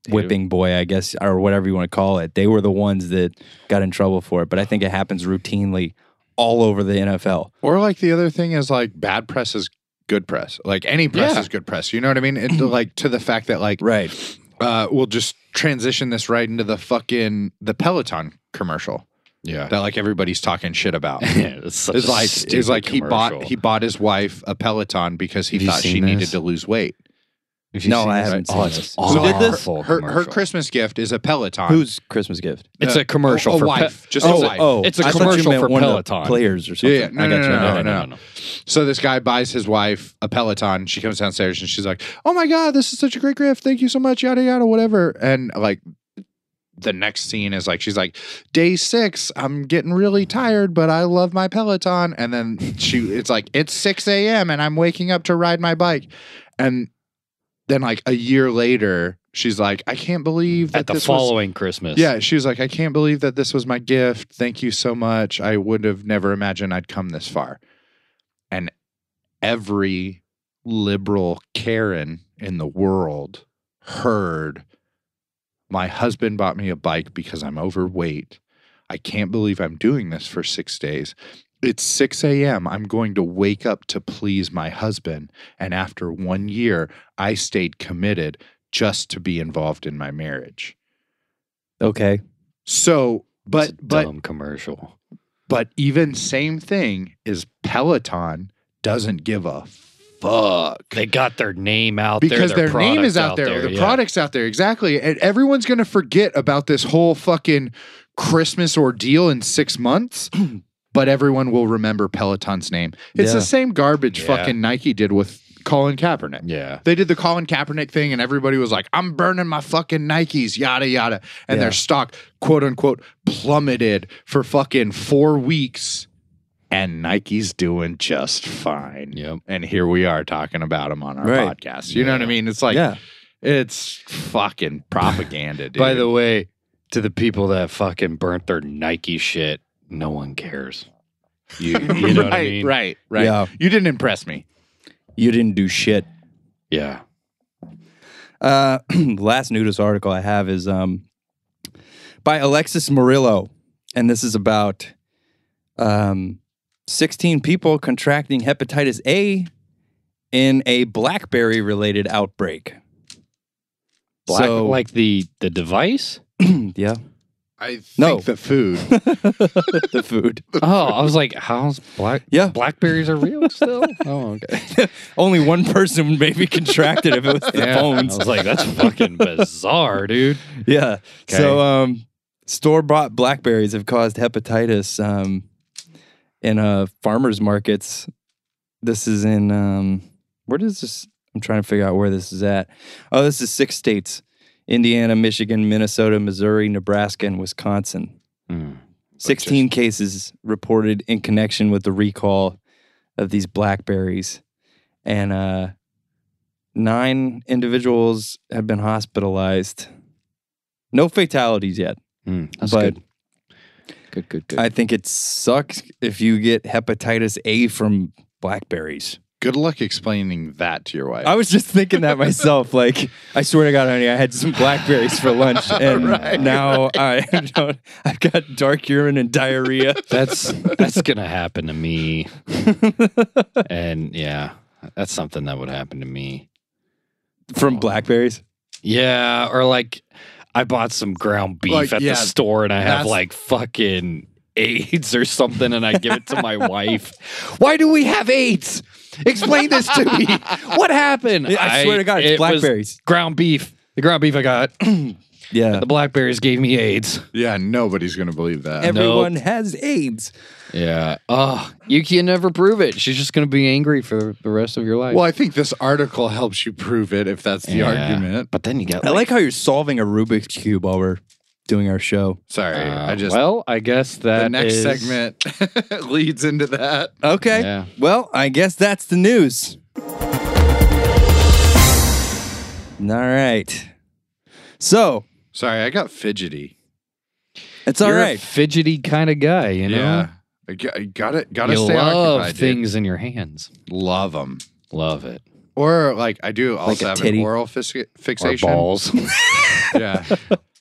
whipping boy, I guess, or whatever you want to call it. They were the ones that got in trouble for it, but I think it happens routinely all over the NFL.
Or like the other thing is like bad press is good press. Like any press
Yeah.
is good press. You know what I mean? It, like to the fact that like
Right.
uh, we'll just transition this right into the fucking the Peloton commercial
Yeah.
that like everybody's talking shit about.
it's such
It's
a
like
stupid
it's like he bought
commercial.
he bought his wife a Peloton because he
Have you
thought she
seen
needed
this?
to lose weight.
If you've
No,
seen
I
this-
haven't.
Oh,
seen
it's
this.
awful.
So this-
awful
her her
commercial.
Christmas gift is a Peloton.
Whose Christmas gift?
It's
uh,
a commercial
a, a
for Pe- Oh,
wife, just a wife.
It's a
Oh, I thought you
commercial
meant
for
one of the
Peloton.
players or
Yeah,
something.
yeah. No,
I
no,
got you.
no,
I
no,
got
no,
you.
no, So this guy buys his wife a Peloton. She comes downstairs and she's like, "Oh my god, this is such a great gift! Thank you so much, yada yada, whatever." And like, the next scene is like she's like, "Day six, I'm getting really tired, but I love my Peloton." And then she, it's like it's six a.m. and I'm waking up to ride my bike, and then like a year later, she's like, "I can't believe that
at the
this was
following Christmas.
yeah, she was like, I can't believe that this was my gift. Thank you so much. I would have never imagined I'd come this far. And every liberal Karen in the world heard my husband bought me a bike because I'm overweight. I can't believe I'm doing this for six days. It's 6 a.m. I'm going to wake up to please my husband. And after one year, I stayed committed just to be involved in my marriage.
Okay.
So,
It's
but
a
but
dumb commercial.
but even same thing is Peloton doesn't give a fuck
They got their name out there
because their, name
product
is out there, the
yeah.
product's out there exactly, and everyone's gonna forget about this whole fucking Christmas ordeal in six months. But everyone will remember Peloton's name. It's
Yeah.
the same garbage
Yeah.
fucking Nike did with Colin Kaepernick.
Yeah.
They did the Colin Kaepernick thing, and everybody was like, I'm burning my fucking Nikes, yada, yada. And
Yeah.
their stock, quote unquote, plummeted for fucking four weeks. And Nike's doing just fine.
Yep.
And here we are talking about them on our
Right.
podcast. You know what I
Yeah.
mean? It's like,
yeah.
it's fucking propaganda, dude.
By the way, to the people that fucking burnt their Nike shit, no one cares. You, you know
right,
what I mean?
right, right.
Yeah.
You didn't impress me.
You didn't do shit.
Yeah.
Uh, last nudist article I have is um, by Alexis Murillo, and this is about um, 16 people contracting hepatitis A in a BlackBerry related outbreak.
Black,
So-
like the the device?
yeah,
I think
No.
the food.
the food.
Oh, I was like, how's black
Yeah,
blackberries are real still? oh, okay.
only one person maybe contracted if it was the phones.
I was like, that's fucking bizarre, dude.
Yeah.
Okay.
So um, store bought blackberries have caused hepatitis um, in uh, farmers markets. This is in um, where does this? I'm trying to figure out where this is at. Oh, this is six states: Indiana, Michigan, Minnesota, Missouri, Nebraska, and Wisconsin.
Mm.
Sixteen cases reported in connection with the recall of these blackberries. and uh, nine individuals have been hospitalized. No fatalities yet,
Mm, that's
but
good. Good, good, good.
I think it sucks if you get hepatitis A from blackberries.
Good luck explaining that to your wife.
I was just thinking that myself. Like, I swear to God, honey, I had some blackberries for lunch, and
Right,
now I don't, I've got dark urine and diarrhea.
that's that's gonna happen to me. and yeah, that's something that would happen to me.
from blackberries.
Yeah, or like I bought some ground beef
Like,
at
yeah,
the store and I have
that's-
like fucking AIDS or something and I give it to my wife. Why do we have AIDS? Explain this to me. What happened?
I, swear to God, it's
it was
blackberries.
ground beef. The ground beef I got.
Yeah,
the blackberries gave me AIDS.
yeah, nobody's gonna believe
Uh,
that.
everyone has AIDS.
Yeah. Oh, you can never prove it. She's just going to be angry for the rest of your life.
well, I think this article helps you prove it if that's the
Yeah.
argument.
But then you got
I like how you're solving a Rubik's cube while we're doing our show.
Sorry,
Uh,
I just
well, I guess that
the next
is-
segment leads into that.
Okay.
Yeah.
Well, I guess that's the news. All right. So
Sorry, I got fidgety.
it's all
You're a
right.
fidgety kind of guy, you know.
I g- I gotta gotta
you
stay
love
occupied. Dude.
things in your hands.
Love them,
Love it.
or like I do also
a
have
titty.
an oral fis-
Or
fixation.
balls,
Yeah,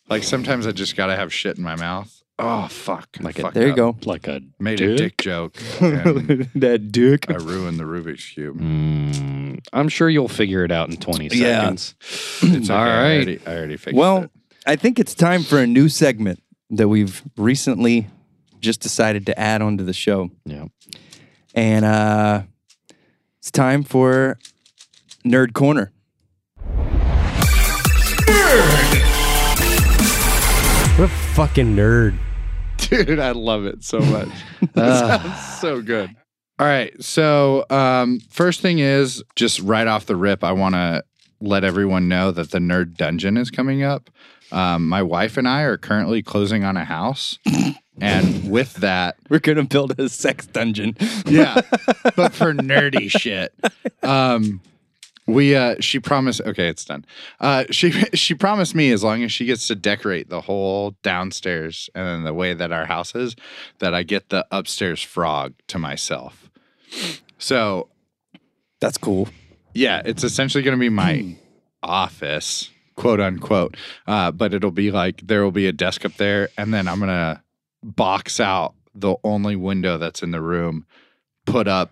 like sometimes I just gotta have shit in my mouth. Oh fuck! I
Like a-
fucked
There you
up.
go.
like a
Made a
dick.
dick joke. and
that dick.
I ruined the Rubik's cube.
Mm, I'm sure you'll figure it out in 20
Yeah.
seconds.
It's okay.
All
I
right.
already, I already fixed
Well,
it.
I think it's time for a new segment that we've recently just decided to add onto the show.
Yeah.
And uh, it's time for Nerd Corner.
What a fucking nerd.
dude, I love it so much. that sounds so good. Ah. All right, so um, first thing is just right off the rip, I want to let everyone know that the Nerd Dungeon is coming up. Um, my wife and I are currently closing on a house, and with that,
We're going to build a sex dungeon.
yeah, but for nerdy shit. Um, we uh, she promised. Okay, it's done. Uh, she she promised me as long as she gets to decorate the whole downstairs and then the way that our house is, that I get the upstairs frog to myself. So
That's cool.
yeah, it's essentially going to be my office, quote unquote. Uh, but it'll be like there will be a desk up there, and then I'm going to box out the only window that's in the room, put up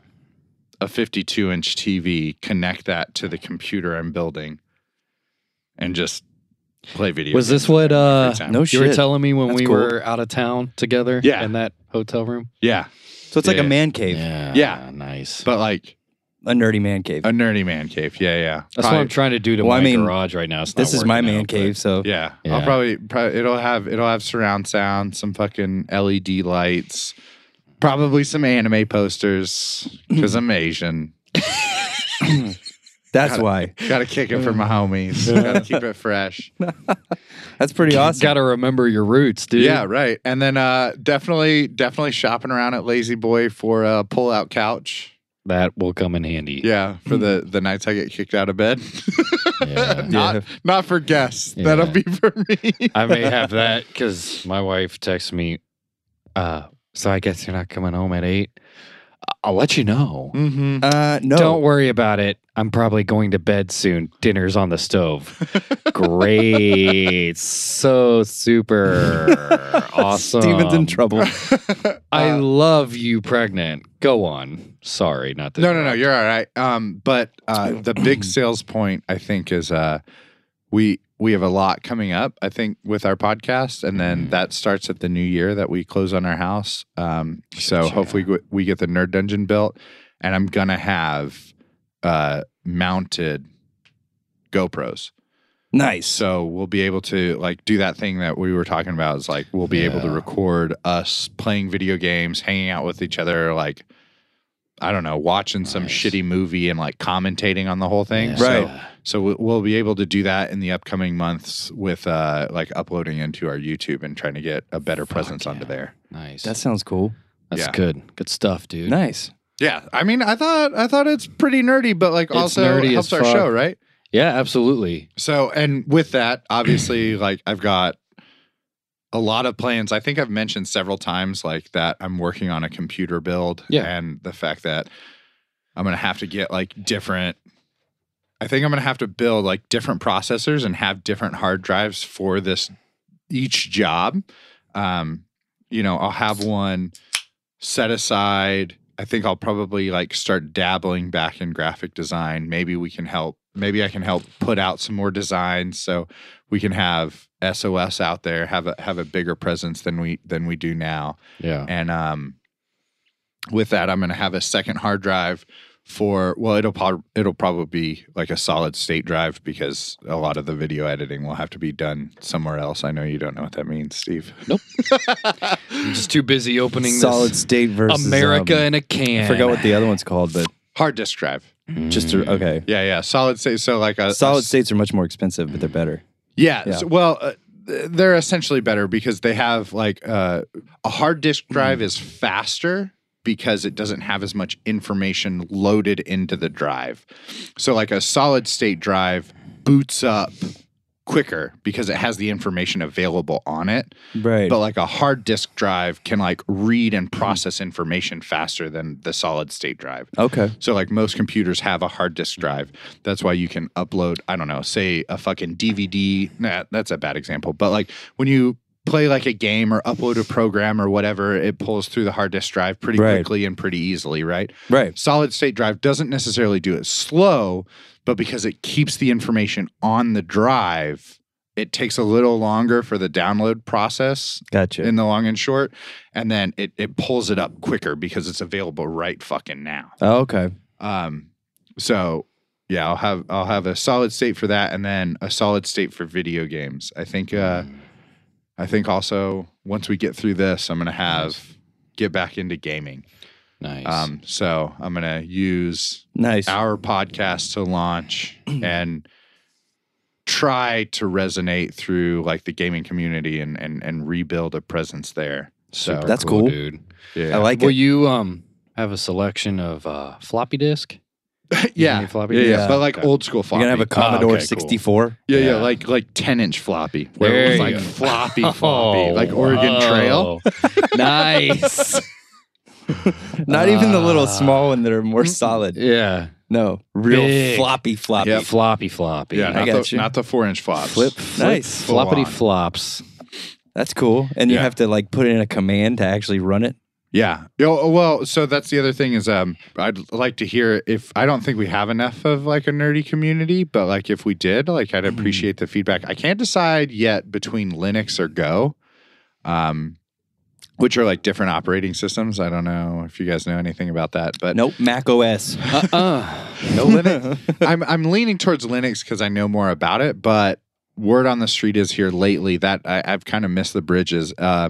a 52 inch TV, connect that to the computer I'm building, and just play video.
Was
games
this what uh,
every time.
No
you
Oh, shit.
were telling me when
That's
we
cool.
were out of town together
Yeah.
in that hotel room?
Yeah,
so it's like a
Yeah.
man cave,
Yeah.
Nice.
but like
a nerdy man cave.
Oh,
a nerdy man cave. Yeah, yeah.
That's
Probably-
what I'm trying to do to
Well, I
my
mean,
garage right now. It's not
this is my
working
man
out, but-
cave. So
Yeah.
Yeah.
I'll probably, probably it'll have it'll have surround sound, some fucking LED lights, probably some anime posters because I'm Asian.
that's why.
Got to kick it for my homies. Got to keep it fresh.
That's pretty awesome.
Got to remember your roots, dude.
Yeah, right. And then uh, definitely, definitely shopping around at Lazy Boy for a pull-out couch.
That will come in handy.
Yeah, for the the nights I get kicked out of bed.
Yeah.
not
Yeah.
not for guests. That'll
Yeah.
be for me.
I may have that because my wife texts me. Uh, so I guess you're not coming home at eight. I- I'll let you know.
mm-hmm.
uh, no,
Don't worry about it. I'm probably going to bed soon. Dinner's on the stove. Great. so super awesome.
Steven's in trouble.
I love you, pregnant. Go on. Sorry, not that.
No, no, no. You're all right. Um, but uh, the big sales point I think is uh, we we have a lot coming up. I think with our podcast, and
Mm-hmm.
then that starts at the new year that we close on our house. Um, so hopefully we- we get the nerd dungeon built, and I'm gonna have uh, mounted GoPros.
nice.
So we'll be able to like do that thing that we were talking about. Is like we'll be able to
Yeah.
record us playing video games, hanging out with each other, like I don't know, watching some
Nice.
shitty movie and like commentating on the whole thing.
Yeah.
So,
Right.
so we- we'll be able to do that in the upcoming months with uh like uploading into our YouTube and trying to get a better presence
yeah.
onto there.
Nice.
That
That's
sounds cool.
that's
yeah.
good. Good stuff, dude.
Nice.
Yeah, I mean, I thought I thought it's pretty nerdy, but like
It's
also
nerdy
helps
as
our
fuck.
show, right?
Yeah, absolutely.
So, and with that, obviously, like I've got a lot of plans. I think I've mentioned several times, like that I'm working on a computer build,
Yeah.
and the fact that I'm gonna have to get like different. I think I'm gonna have to build like different processors and have different hard drives for this each job. Um, you know, I'll have one set aside. I think I'll probably like start dabbling back in graphic design. Maybe we can help. Maybe I can help put out some more designs so we can have SOS out there have a have a bigger presence than we than we do now.
Yeah.
And um, with that, I'm going to have a second hard drive for well, it'll prob it'll probably be like a solid state drive because a lot of the video editing will have to be done somewhere else. I know you don't know what that means, Steve.
Nope. Just too busy opening
Solid state versus
this America
um,
in a can.
I forgot what the other one's called, but
Hard disk drive.
just
Mm.
to, okay.
Uh,
Yeah, yeah. Solid state. So like a
Solid states are much more expensive, but they're better.
Yeah.
Yeah.
so- well, uh, th- they're essentially better because they have like uh, a hard disk drive is faster because it doesn't have as much information loaded into the drive. So, like a solid state drive boots up quicker because it has the information available on it.
Right.
But like a hard disk drive can like read and process information faster than the solid state drive.
okay.
So like most computers have a hard disk drive. That's why you can upload, I don't know, say a fucking DVD. Nah, that's a bad example. But like when you play like a game or upload a program or whatever, it pulls through the hard disk drive pretty
Right.
quickly and pretty easily, right?
Right.
Solid state drive doesn't necessarily do it slow, but because it keeps the information on the drive, it takes a little longer for the download process
Gotcha.
in the long and short. And then it, it pulls it up quicker because it's available right fucking now.
oh, okay.
Um, so yeah, I'll have I'll have a solid state for that, and then a solid state for video games. I think uh, I think also once we get through this, I'm gonna have get back into gaming.
Nice.
Um, so I'm gonna use
Nice.
Oh,
our podcast to launch and try to resonate through like the gaming community and and and rebuild a presence there. So
That's cool.
dude.
I
yeah,
like
Will
it.
you um have a selection of uh, floppy disk?
yeah,
Any
yeah,
floppy
Yeah.
disk?
but like old school
You're
floppy.
gonna have a
Oh,
Commodore
okay, cool.
64.
Yeah, yeah,
Yeah.
like like ten inch floppy, where it was
There
like
you go.
floppy, floppy, like Oregon Trail.
nice.
Not even the little
Ah.
small one that are more solid.
yeah.
No, real
Big.
floppy floppy.
Yep.
Floppy floppy.
Yeah,
I
not
got
the
you.
not the four inch flops.
Flip, flip
Nice.
Full
floppity
on.
flops.
That's cool. And you
Yeah.
have to like put in a command to actually run it.
Yeah. Yo, well, so that's the other thing is um I'd like to hear if I don't think we have enough of like a nerdy community, but like if we did, like I'd appreciate the feedback. I can't decide yet between Linux or Go. Um which are like different operating systems. I don't know if you guys know anything about that, but
Nope, Mac OS.
Uh uh.
No Linux.
I'm I'm leaning towards Linux because I know more about it, but word on the street is here lately that I, I've kind of missed the bridges. Uh,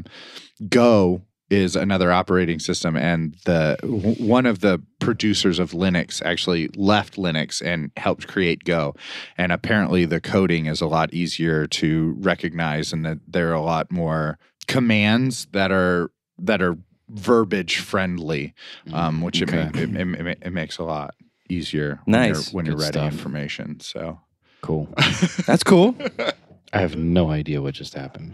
Go is another operating system, and the w- one of the producers of Linux actually left Linux and helped create Go, and apparently the coding is a lot easier to recognize, and that there are a lot more commands that are that are verbiage friendly, um, which it, ma-
Okay.
it, it, ma- it makes a lot easier
Nice.
when you're, when you're
Good stuff.
writing information. So
Cool.
That's cool.
I have no idea what just happened.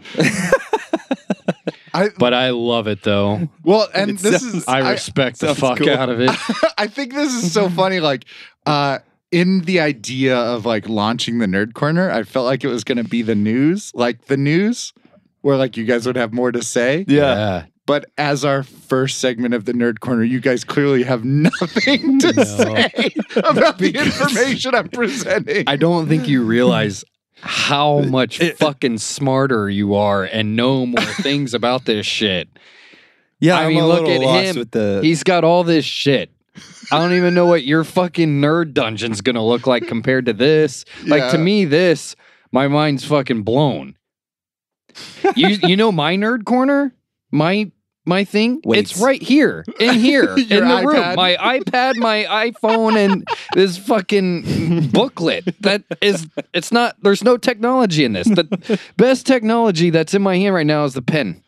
I
But I love it though.
well, and
It
this
sounds-
is
I respect the
sounds
fuck
cool.
out of it.
I think this is so funny. Like, uh, in the idea of like launching the Nerd Corner, I felt like it was going to be the news, like the news, where like you guys would have more to say.
Yeah.
But as our first segment of the Nerd Corner, you guys clearly have nothing to
No.
say about the information I'm presenting.
I don't think you realize how much fucking smarter you are and know more things about this shit.
Yeah,
I
I'm
mean,
a
look
little
at
lost
him.
with the.
He's got all this shit. I don't even know what your fucking nerd dungeon's gonna look like compared to this. Like to
Yeah.
me, this my mind's fucking blown. you you know my nerd corner, my my thing. It's
Weights.
right here in here in the
Your
room.
iPad.
My iPad, my iPhone, and this fucking booklet. That is, it's not. There's no technology in this. The best technology that's in my hand right now is the pen.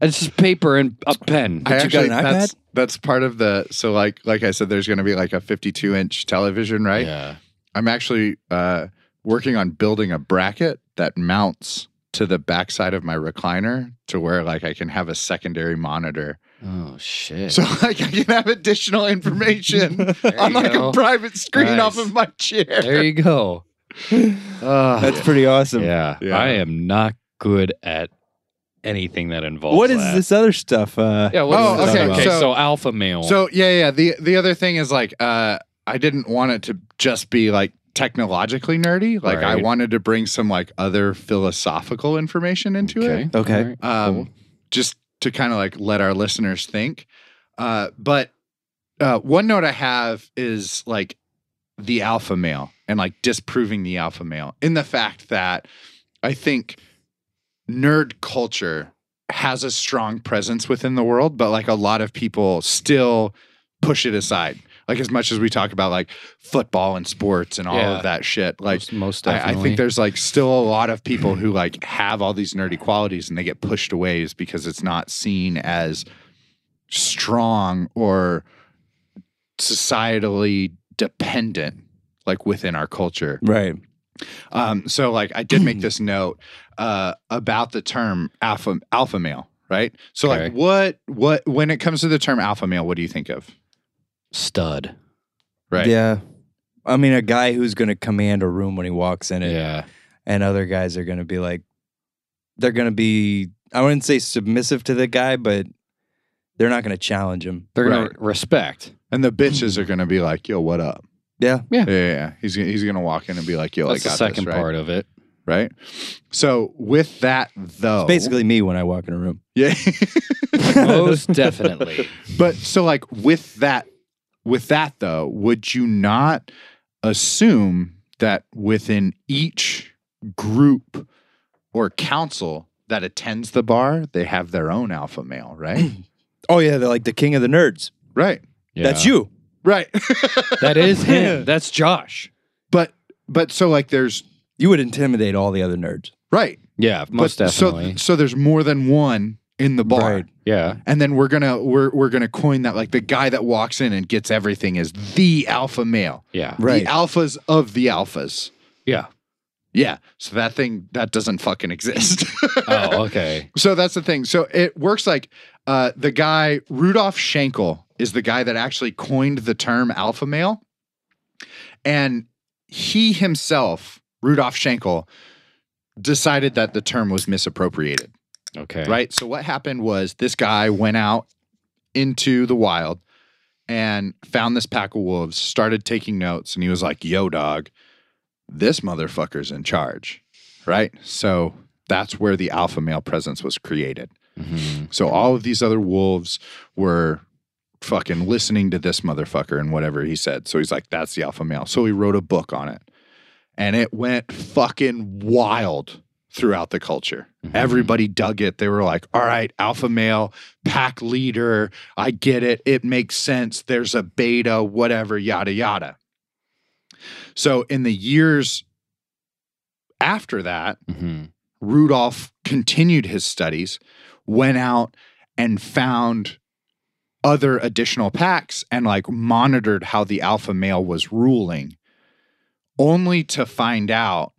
It's just paper and a pen.
But you got an
that's
iPad?
that's part of the so like like I said, there's going to be like a 52 inch television, right?
Yeah.
I'm actually uh, working on building a bracket that mounts to the backside of my recliner to where like I can have a secondary monitor,
Oh shit.
so like I can have additional information
There
on
you
like
go.
a private screen
Nice.
off of my chair.
There you go. Ah,
That's pretty awesome.
yeah.
Yeah.
I am not good at anything that involves.
What is
that.
this other stuff? Uh,
Yeah. What
Oh,
is this
okay,
about?
so-
so, alpha male.
So yeah, yeah. The the other thing is like uh I didn't want it to just be like technologically nerdy. Like I
Right.
wanted to bring some like other philosophical information into it.
Okay.
All right.
Um
Cool.
just to kind of like let our listeners think. Uh but uh one note I have is like the alpha male and like disproving the alpha male in the fact that I think nerd culture has a strong presence within the world, but like a lot of people still push it aside. Like as much as we talk about like football and sports and all
Yeah.
of that shit, like
most, most
I, I
definitely. Mm-hmm.
think there's like still a lot of people who like have all these nerdy qualities and they get pushed away is because it's not seen as strong or societally dependent like within our culture.
Right.
Um, so like I did
Mm.
make this note uh, about the term alpha alpha male, right? So like
Okay.
what what when it comes to the term alpha male, what do you think of?
stud.
Right.
Yeah. I mean, a guy who's going to command a room when he walks in it,
Yeah.
and other guys are going to be like, they're going to be, I wouldn't say submissive to the guy, but they're not going to challenge him.
They're gonna
Right.
respect.
And the bitches are gonna be like, yo, what up?
Yeah.
Yeah.
Yeah, yeah, yeah. He's gonna he's gonna walk in and be like, yo,
That's
I
the
got
second
this, right?
part of it.
right? So with that though,
Basically, me when I walk in a room.
yeah.
Most definitely.
but so like with that, with that though, would you not assume that within each group or council that attends the bar, they have their own alpha male, right?
Oh, yeah. They're like the king of the nerds.
right,
That's you.
right.
That is him. That's Josh.
but but so like there's
You would intimidate all the other nerds.
right,
Yeah, most
but
definitely.
so so there's more than one in the bar.
Right.
yeah.
and then we're gonna we're we're gonna coin that like the guy that walks in and gets everything is the alpha male
Yeah.
Right.
the alphas of the alphas
Yeah.
yeah so that thing that doesn't fucking exist
Oh, okay.
so that's the thing so it works like uh the guy rudolf schenkel is the guy that actually coined the term alpha male and he himself rudolf schenkel decided that the term was misappropriated
Okay.
Right. So what happened was this guy went out into the wild and found this pack of wolves, started taking notes, and he was like, "Yo, dog, this motherfucker's in charge." Right. So that's where the alpha male presence was created.
Mhm.
So all of these other wolves were fucking listening to this motherfucker and whatever he said. So he's like, "That's the alpha male." So he wrote a book on it, and it went fucking wild throughout the culture.
Mhm.
Everybody dug it. They were like, all right, alpha male, pack leader. I get it. It makes sense. There's a beta, whatever, yada, yada. So in the years after that,
Mhm.
Rudolph continued his studies, went out and found other additional packs and like monitored how the alpha male was ruling, only to find out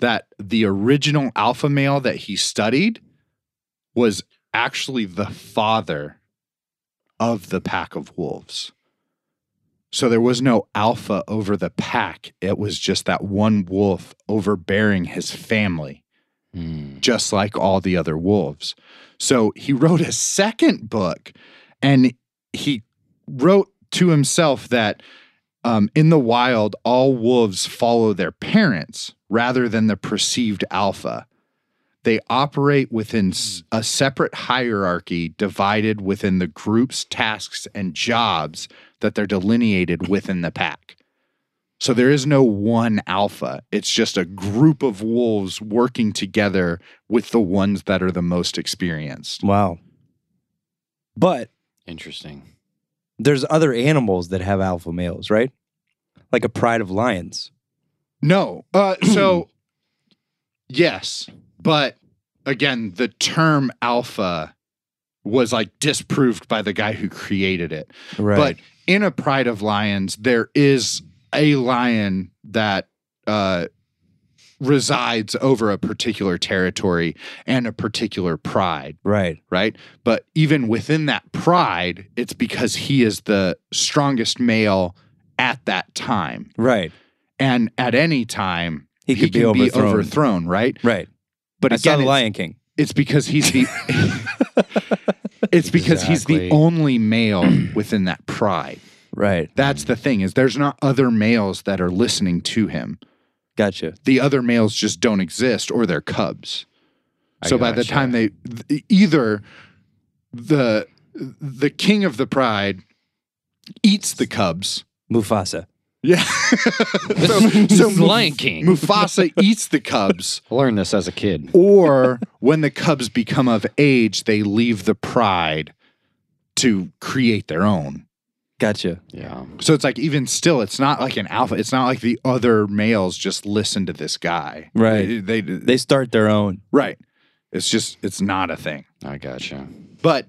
that the original alpha male that he studied was actually the father of the pack of wolves. So there was no alpha over the pack. It was just that one wolf overbearing his family
Mm.
just like all the other wolves. So he wrote a second book and he wrote to himself that um, in the wild, all wolves follow their parents rather than the perceived alpha. They operate within s- a separate hierarchy divided within the group's tasks and jobs that they're delineated within the pack. So there is no one alpha. It's just a group of wolves working together with the ones that are the most experienced.
Wow. But
Interesting.
there's other animals that have alpha males, right? Like a pride of lions.
No. Uh, so, yes. But again, the term alpha was like disproved by the guy who created it.
Right.
But in a pride of lions, there is a lion that uh, resides over a particular territory and a particular pride,
right.
right? But even within that pride, it's because he is the strongest male at that time.
Right.
And at any time,
He could be
can
overthrown.
overthrown, right?
Right.
But
I saw
again,
the
it's-
Lion King.
it's because he's the. it's because he's
Exactly.
the only male within that pride.
Right.
That's the thing is there's not other males that are listening to him.
Gotcha.
The other males just don't exist or they're cubs.
I
So by the
gotcha.
time they th- either the the king of the pride eats the cubs.
Mufasa.
Yeah. so so
It's Lion King.
Mufasa eats the cubs.
I learned this as a kid.
or when the cubs become of age, they leave the pride to create their own.
Gotcha.
Yeah.
So it's like even still, it's not like an alpha. It's not like the other males just listen to this guy.
Right.
They, they,
They start their own.
right. It's just it's not a thing.
I gotcha.
But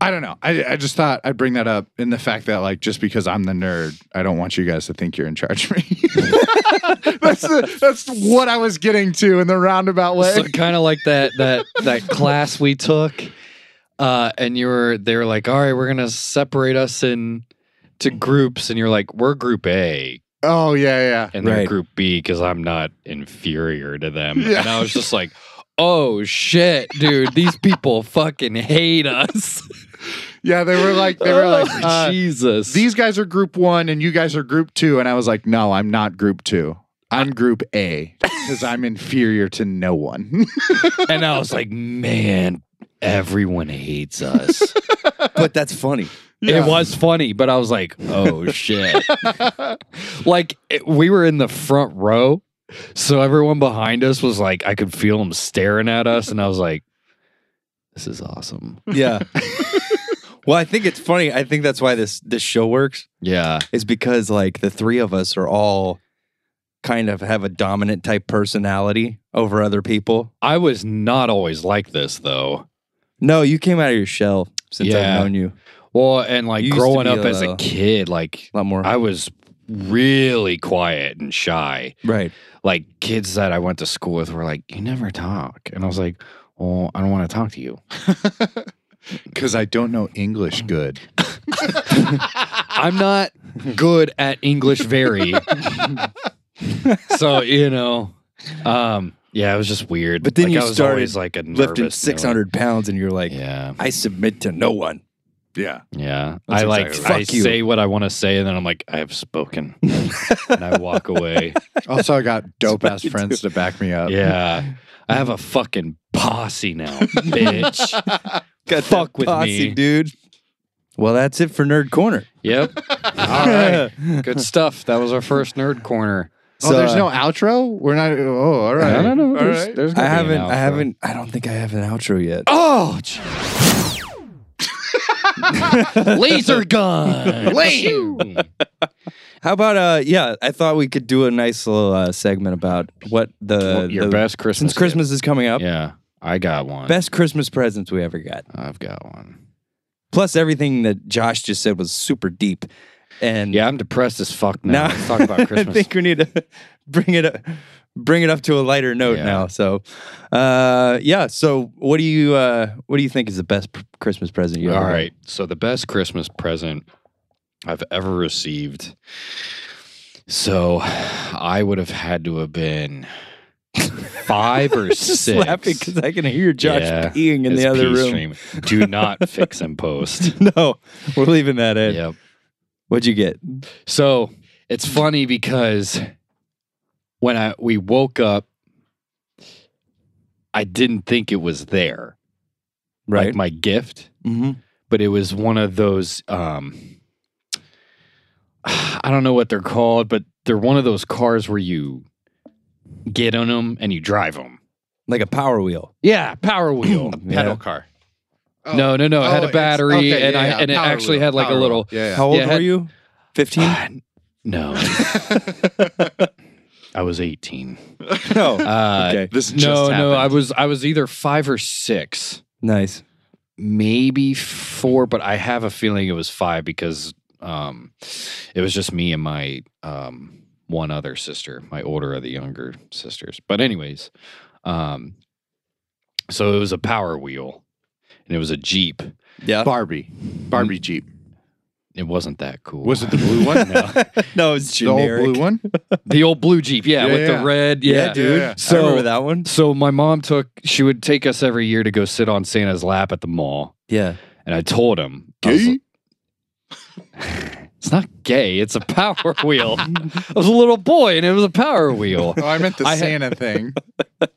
I don't know. I I just thought I'd bring that up in the fact that like just because I'm the nerd, I don't want you guys to think you're in charge of me. that's the, that's what I was getting to in the roundabout way.
So kind of like that that that class we took, uh, and you were they were like, all right, we're gonna separate us in to groups, and you're like, we're group A,
oh yeah, yeah.
and they're
Right.
group B because I'm not inferior to them.
Yeah.
And I was just like, oh shit, dude, these people fucking hate us.
Yeah, they were like, they were like,
Oh,
uh,
Jesus.
these guys are group one and you guys are group two. And I was like, no, I'm not group two. I'm group A because I'm inferior to no one.
and I was like, man, everyone hates us.
But that's funny.
It was funny, but I was like, oh shit. like it- we were in the front row. So everyone behind us was like, I could feel them staring at us. And I was like, this is awesome.
Yeah. well, I think it's funny. I think that's why this this show works
Yeah.
is because like the three of us are all kind of have a dominant type personality over other people.
I was not always like this, though.
No, you came out of your shell since
Yeah.
I've known you
Well, and like
You used to
growing
be
up as
a-
a kid, like
a lot more.
I was really quiet and shy.
right.
Like kids that I went to school with were like, you never talk. And I was like, well, I don't want to talk to you.
Because I don't know English good.
I'm not good at English very. so, you know, um, yeah, it was just weird.
But then
Like,
you
I was
started
always, like a nervous
Lifting
nerd.
600 pounds and you're like,
Yeah,
I submit to no one.
Yeah.
yeah.
That's
I like
exactly right.
I
Fuck you.
say what I want to say, and then I'm like, I have spoken, and I walk away.
Also, I got dope
what
ass
you do.
friends to back me up.
Yeah, I have a fucking posse now, bitch.
Got
Fuck with
posse,
me.
dude. Well, that's it for Nerd Corner.
Yep. All right. Good stuff. That was our first nerd corner.
Oh,
So,
there's
uh,
no outro? We're not. Oh, all right.
I don't know.
All
There's,
right.
there's
I
gonna be an
haven't, I
outro.
haven't, I don't think I have an outro yet.
Oh, gee. laser gun.
How about, uh, yeah, I thought we could do a nice little uh, segment about what the,
Your
the-
best Christmas.
since Christmas is coming up,
gift. Yeah, I got one.
best Christmas presents we ever got.
I've got one.
Plus, everything that Josh just said was super deep. And
Yeah, I'm depressed as fuck now.
Now-
Let's talk about
I
Christmas.
think we need to bring it up, bring it up to a lighter note
Yeah.
now. So, uh, yeah. So, what do you uh, what do you think is the best p- Christmas present you ever
All
got?
right. So the best Christmas present I've ever received. So I would have had to have been five or
Just
six.
laughing because I can hear Josh
Yeah,
peeing in
It's
the other
pee
room.
stream. Do not fix and post.
no, we're leaving that in.
yep.
What'd you get?
So it's funny because when I we woke up, I didn't think it was there,
Right.
like my gift,
hmm
but it was one of those. Um, I don't know what they're called, but they're one of those cars where you get on them and you drive them.
Like a Power Wheel.
Yeah, Power Wheel. Oh.
Pedal
car. Oh.
No, no, no. It had a battery, and I and it actually had like a little.
Yeah.
How old
Yeah,
were
had-
you? Fifteen.
No, I was eighteen.
no.
Uh,
Okay.
This
no,
just
no, I
happened.
was I was either five or six.
Nice.
maybe four, but I have a feeling it was five because um, it was just me and my um, one other sister, my older of the younger sisters. But anyways, um, so it was a power wheel, and it was a jeep.
Yeah.
Barbie, Barbie Jeep.
It wasn't that cool.
Was it the blue one?
No.
no, it's
The old
generic.
blue one.
the old blue jeep? Yeah,
Yeah,
with
yeah.
the red.
Yeah,
Yeah,
dude.
yeah.
I
So
remember that one.
So my mom took. She would take us every year to go sit on Santa's lap at the mall,
Yeah.
and I told him, I was like, "It's not gay. It's a power wheel." I was a little boy, and it was a power wheel.
Oh, I meant the
I had-
Santa thing.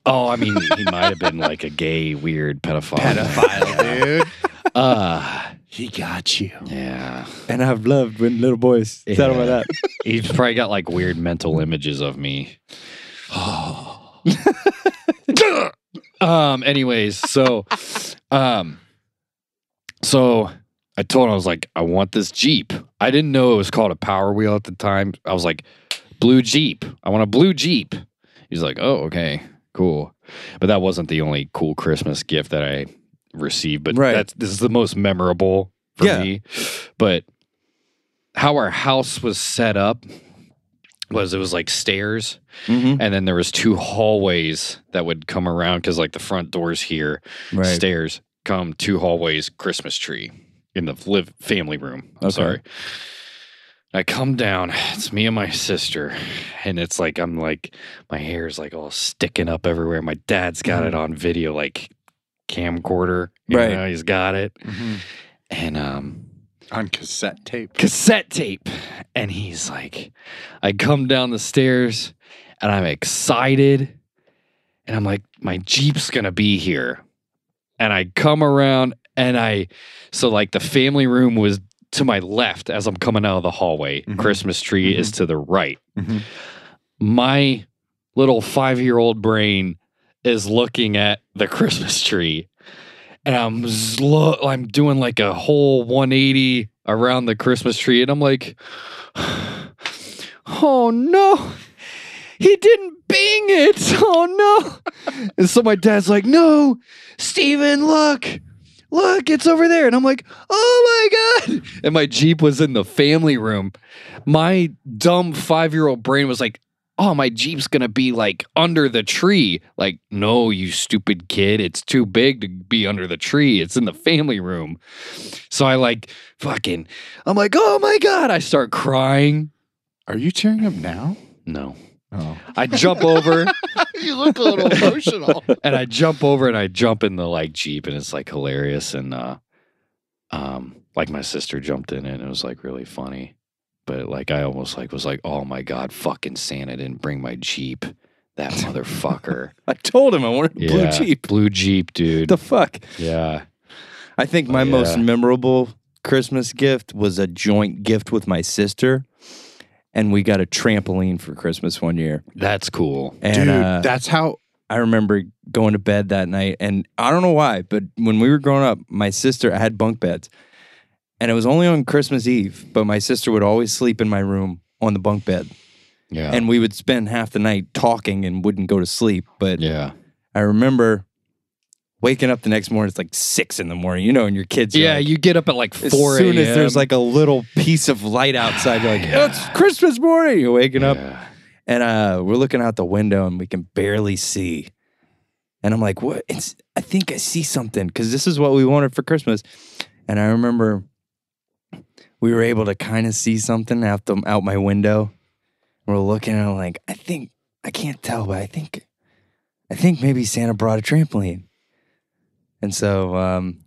Oh, I mean, he might have been like a gay, weird pedophile.
dude.
Uh,
He got you.
yeah.
And I've loved when little boys
Yeah.
tell about that.
He's probably got like weird mental images of me. um. Anyways, so, um, so I told him I was like, I want this Jeep. I didn't know it was called a Power Wheel at the time. I was like, blue Jeep. I want a blue Jeep. He's like, oh, okay, cool. But that wasn't the only cool Christmas gift that I received. But
Right.
that's this is the most memorable for
Yeah.
me. But how our house was set up was it was like stairs
Mm-hmm.
and then there was two hallways that would come around because like the front doors here
Right.
stairs come two hallways christmas tree in the live family room i'm
Okay.
sorry i come down it's me and my sister and it's like i'm like my hair is like all sticking up everywhere my dad's got it on video like camcorder
Mm-hmm.
you
Right.
know, he's got it
Mm-hmm.
and um
On cassette tape.
cassette tape. And he's like, I come down the stairs and I'm excited. And I'm like, my Jeep's going to be here. And I come around and I, so like the family room was to my left as I'm coming out of the hallway.
Mhm.
Christmas tree
Mhm.
is to the right.
Mhm.
My little five year old brain is looking at the Christmas tree and I'm slow, I'm doing like a whole 180 around the Christmas tree, and I'm like, oh no, he didn't bing it. Oh no. and so my dad's like, no, Steven, look, look, it's over there. And I'm like, oh my God. And my Jeep was in the family room. My dumb five year old brain was like, oh, my Jeep's going to be like under the tree. Like, no, you stupid kid. It's too big to be under the tree. It's in the family room. So I like fucking, I'm like, oh my God. I start crying.
Are you tearing him now?
No.
Oh.
I jump over
you look a little emotional.
and I jump over and I jump in the like Jeep and it's like hilarious. And, uh, um, like my sister jumped in it and it was like really funny. But like I almost like was like, oh my God, fucking Santa didn't bring my Jeep. That motherfucker.
I told him I wanted a blue
Yeah.
Jeep.
Blue Jeep, dude.
The fuck?
yeah.
I think my
Oh,
most
yeah.
memorable Christmas gift was a joint gift with my sister, and we got a trampoline for Christmas one year.
That's cool.
And
Dude,
uh,
that's how
I remember going to bed that night, and I don't know why, but when we were growing up, my sister I had bunk beds, and it was only on Christmas Eve. But my sister would always sleep in my room on the bunk bed,
Yeah.
and we would spend half the night talking and wouldn't go to sleep. But
yeah.
I remember waking up the next morning. It's like six in the morning, you know, and your kids. are
Yeah,
like-
you get up at like
as
four
soon as
a.m..
there's like a little piece of light outside, you're like,
Yeah.
it's Christmas morning. You're waking up,
Yeah.
and uh, we're looking out the window, and we can barely see. And I'm like, what? It's, I think I see something because this is what we wanted for Christmas. And I remember we were able to kind of see something out the out my window. We're looking, and I'm like, I think I can't tell, but I think, I think maybe Santa brought a trampoline. And so um,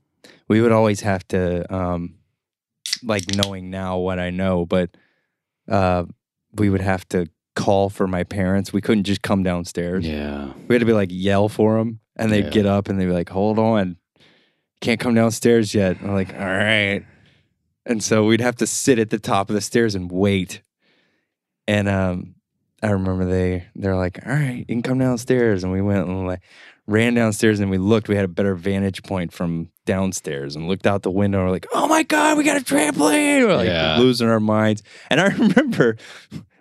we would always have to, um, like knowing now what I know, but uh, we would have to call for my parents. We couldn't just come downstairs.
Yeah.
We had to be like yell for them, and they'd
Yeah.
get up and they'd be like, "Hold on, can't come downstairs yet." And I'm like, "All right," and so we'd have to sit at the top of the stairs and wait. And um, I remember they they're like, "All right, you can come downstairs," and we went and like ran downstairs and we looked. We had a better vantage point from downstairs and looked out the window. And we're like, "Oh my god, we got a trampoline!" We're like
Yeah.
losing our minds. And I remember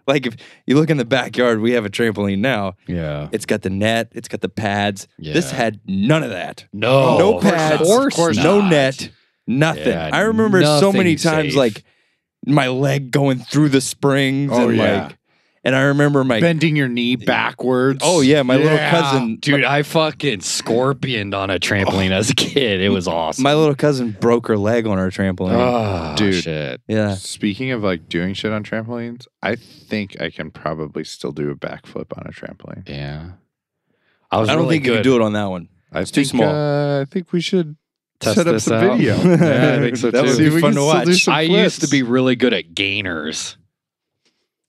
Like if you look in the backyard, we have a trampoline now.
Yeah.
It's got the net, it's got the pads. This
Yeah.
had none of that.
Oh,
No.
no
of course
pads,
not. Of course
no
not.
net, nothing.
Yeah,
I remember so many
nothing
times
safe.
like my leg going through the springs
Oh,
and
yeah.
like and I remember my
Bending your knee backwards.
Oh yeah, my little
Yeah.
cousin
Dude, I fucking scorpioned on a trampoline as a kid. It was awesome.
my little cousin broke her leg on our trampoline.
oh,
Dude.
shit.
yeah.
Speaking of like doing shit on trampolines, I think I can probably still do a backflip on a trampoline.
Yeah. I was
I don't
really
think
good.
you could do it on that one.
I it's
too small.
Uh, I think we should
Test
set up
this
some
out.
video.
Yeah, I think so,
That
too.
would be fun to watch.
I used to be really good at gainers.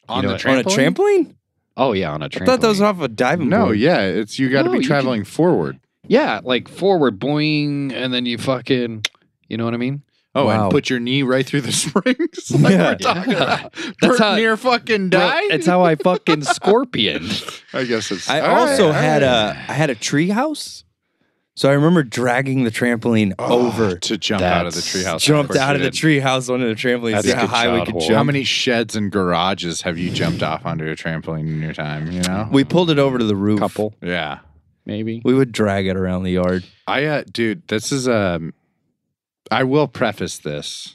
on
know
the
what?
On a
trampoline.
trampoline?
Oh yeah, on a trampoline.
I thought that was off a diving
No,
board.
yeah, it's you got to
No,
be
you can-
traveling forward.
yeah, like forward boing, and then you fucking, you know what I mean?
Oh,
Wow.
and put your knee right through the springs. like
Yeah.
we're talking about.
That's
Bert
how-
near fucking died.
Bro, it's how I fucking scorpioned.
I guess it's.
I
all right,
also
all
had
right.
a I had a tree house. So I remember dragging the trampoline
Oh,
over.
to jump out of the
That's-
treehouse.
Jumped
course
out
you
of the
did.
tree house onto the trampoline,
That's
see
a
how
good
high we
child
could
whore.
jump.
How many sheds and garages have you jumped off onto a trampoline in your time? You know.
We pulled it over to the roof.
yeah.
maybe.
We would drag it around the yard.
I uh, dude, this is um I will preface this.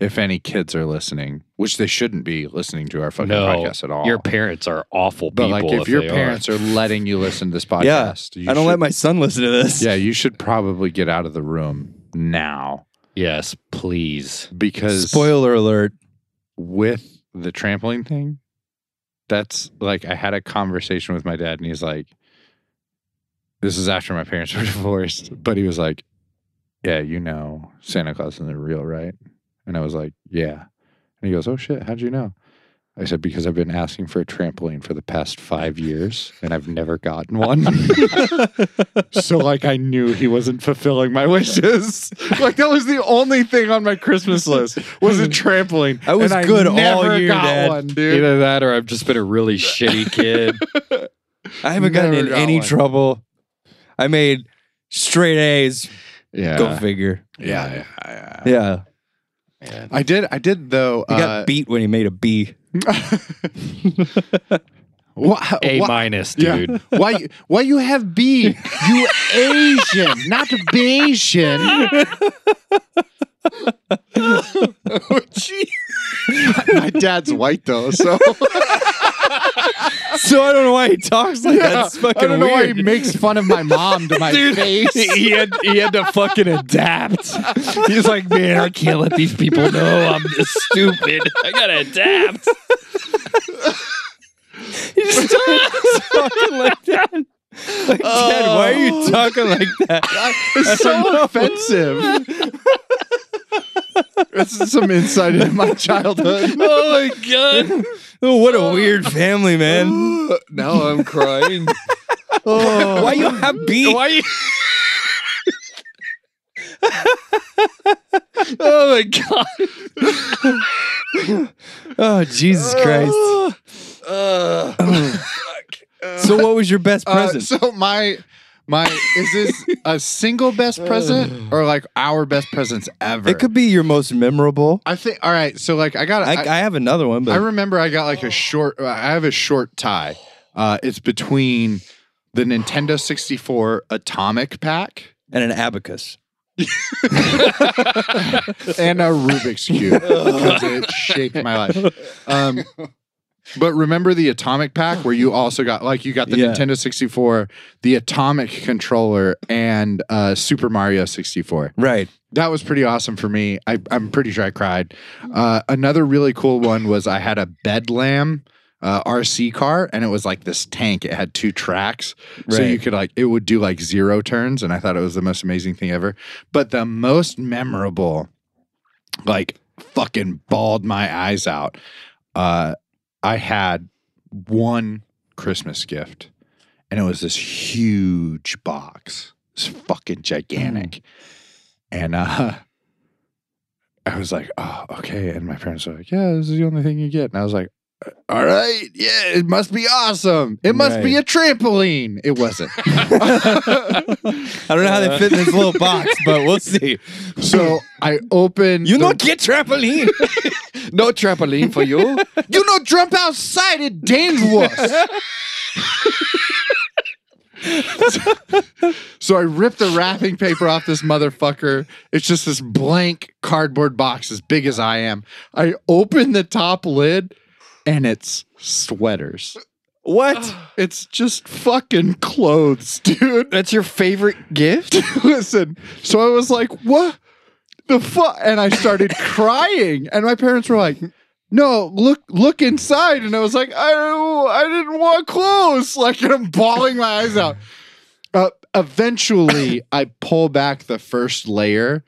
If any kids are listening, which they shouldn't be listening to our fucking
No,
podcast at all.
Your parents are awful
but
people.
like if, your
they
parents are. letting you listen to this
Yeah,
podcast, you
I don't
should-
let my son listen to this.
Yeah, you should probably get out of the room now
yes, please.
because
Spoiler alert.
with the trampoline thing, that's like I had a conversation with my dad, and he's like, "This is after my parents were divorced," but he was like, "Yeah, you know, Santa Claus isn't real, right?" And I was like, "Yeah," and he goes, "Oh shit, how'd you know?" I said, "Because I've been asking for a trampoline for the past five years, and I've never gotten one." so like I knew he wasn't fulfilling my wishes. Like that was the only thing on my Christmas list was a trampoline.
I was
and
good all
never
year,
got
Dad.
one, dude.
Either that or I've just been a really shitty kid.
I haven't gotten
Never
in
got
any
one.
trouble. I made straight A's.
Yeah.
Go figure.
yeah, yeah, yeah, yeah.
Yeah.
I did. I did though.
He got
Uh,
beat when he made a B.
why,
A
why,
minus,
yeah.
dude.
why? you- Why you have B? You Asian, not Bayesian.
Oh, gee.
My dad's white though, so
so I don't know why he talks like that. It's fucking
I don't know why
weird.
he makes fun of my mom to my face.
he had he had to fucking adapt. He's like, man, I can't let these people know Oh, I'm this stupid. I gotta adapt.
He just started talking like that. Like, Dad, why are
Oh.
you talking like that?
It's so offensive. this is some insight into my childhood.
Oh my god.
Oh, what a weird family, man.
now I'm crying. oh.
Why you have beat?
Why you Oh my god.
Oh, Jesus Christ. So, what was your best
Oh. Uh,
present?
so my my is this a single best present or like our best presents ever?
it could be your most memorable.
I think. All right. So like I got.
I, I have another one, but
I remember I got like a short. uh, I have a short tie. Uh, it's between the Nintendo 64 Atomic Pack
and an abacus.
and a Rubik's cube
Oh.
because it shaped my life. Um, but remember the Atomic Pack where you also got like you got the
Yeah.
Nintendo 64, the Atomic controller, and uh, Super Mario 64.
Right.
That was pretty awesome for me. I, I'm pretty sure I cried. Uh, another really cool one was I had a Bedlam uh, RC car, and it was like this tank. It had two tracks, so
Right.
you could like it would do like zero turns, and I thought it was the most amazing thing ever. But the most memorable, like fucking bawled my eyes out. Uh, I had one Christmas gift, and it was this huge box. It's fucking gigantic.
Mm.
And uh I was like, oh, okay. And my parents were like, yeah, this is the only thing you get. And I was like, "Uh, all right, yeah, it must be awesome. It must be
Right.
a trampoline. It wasn't.
I don't know how they fit in this little box, but we'll see.
so I opened.
You
the-
not get trampoline.
No trampoline for you. you know, jump outside. It's dangerous. so I ripped the wrapping paper off this motherfucker. It's just this blank cardboard box as big as I am. I open the top lid and it's sweaters.
What?
It's just fucking clothes, dude.
That's your favorite gift?
Listen, so I was like, what the fuck? And I started crying. And my parents were like, no, look, look inside. And I was like, I, don't- I didn't want clothes. Like, and I'm bawling my eyes out. Uh, eventually, I pull back the first layer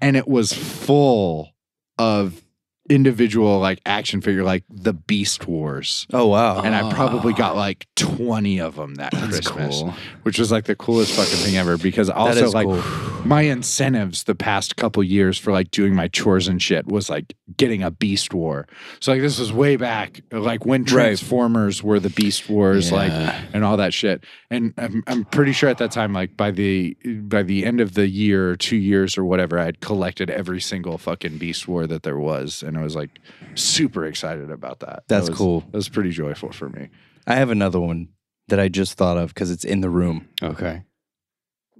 and it was full of individual like action figure, like the Beast Wars
Oh wow.
and I probably got like 20 of them that Christmas, which was like the coolest fucking thing ever because
That
also
is
like
cool.
my incentives the past couple years for like doing my chores and shit was like getting a Beast War. So like this was way back like when Transformers were the Beast Wars like and all that shit. And I'm, I'm pretty sure at that time like by the by the end of the year or 2 years or whatever I had collected every single fucking Beast War that there was and I was like super excited about that. That
That's
was-
cool.
That was pretty joyful for me.
I have another one that I just thought of because it's in the room.
Okay.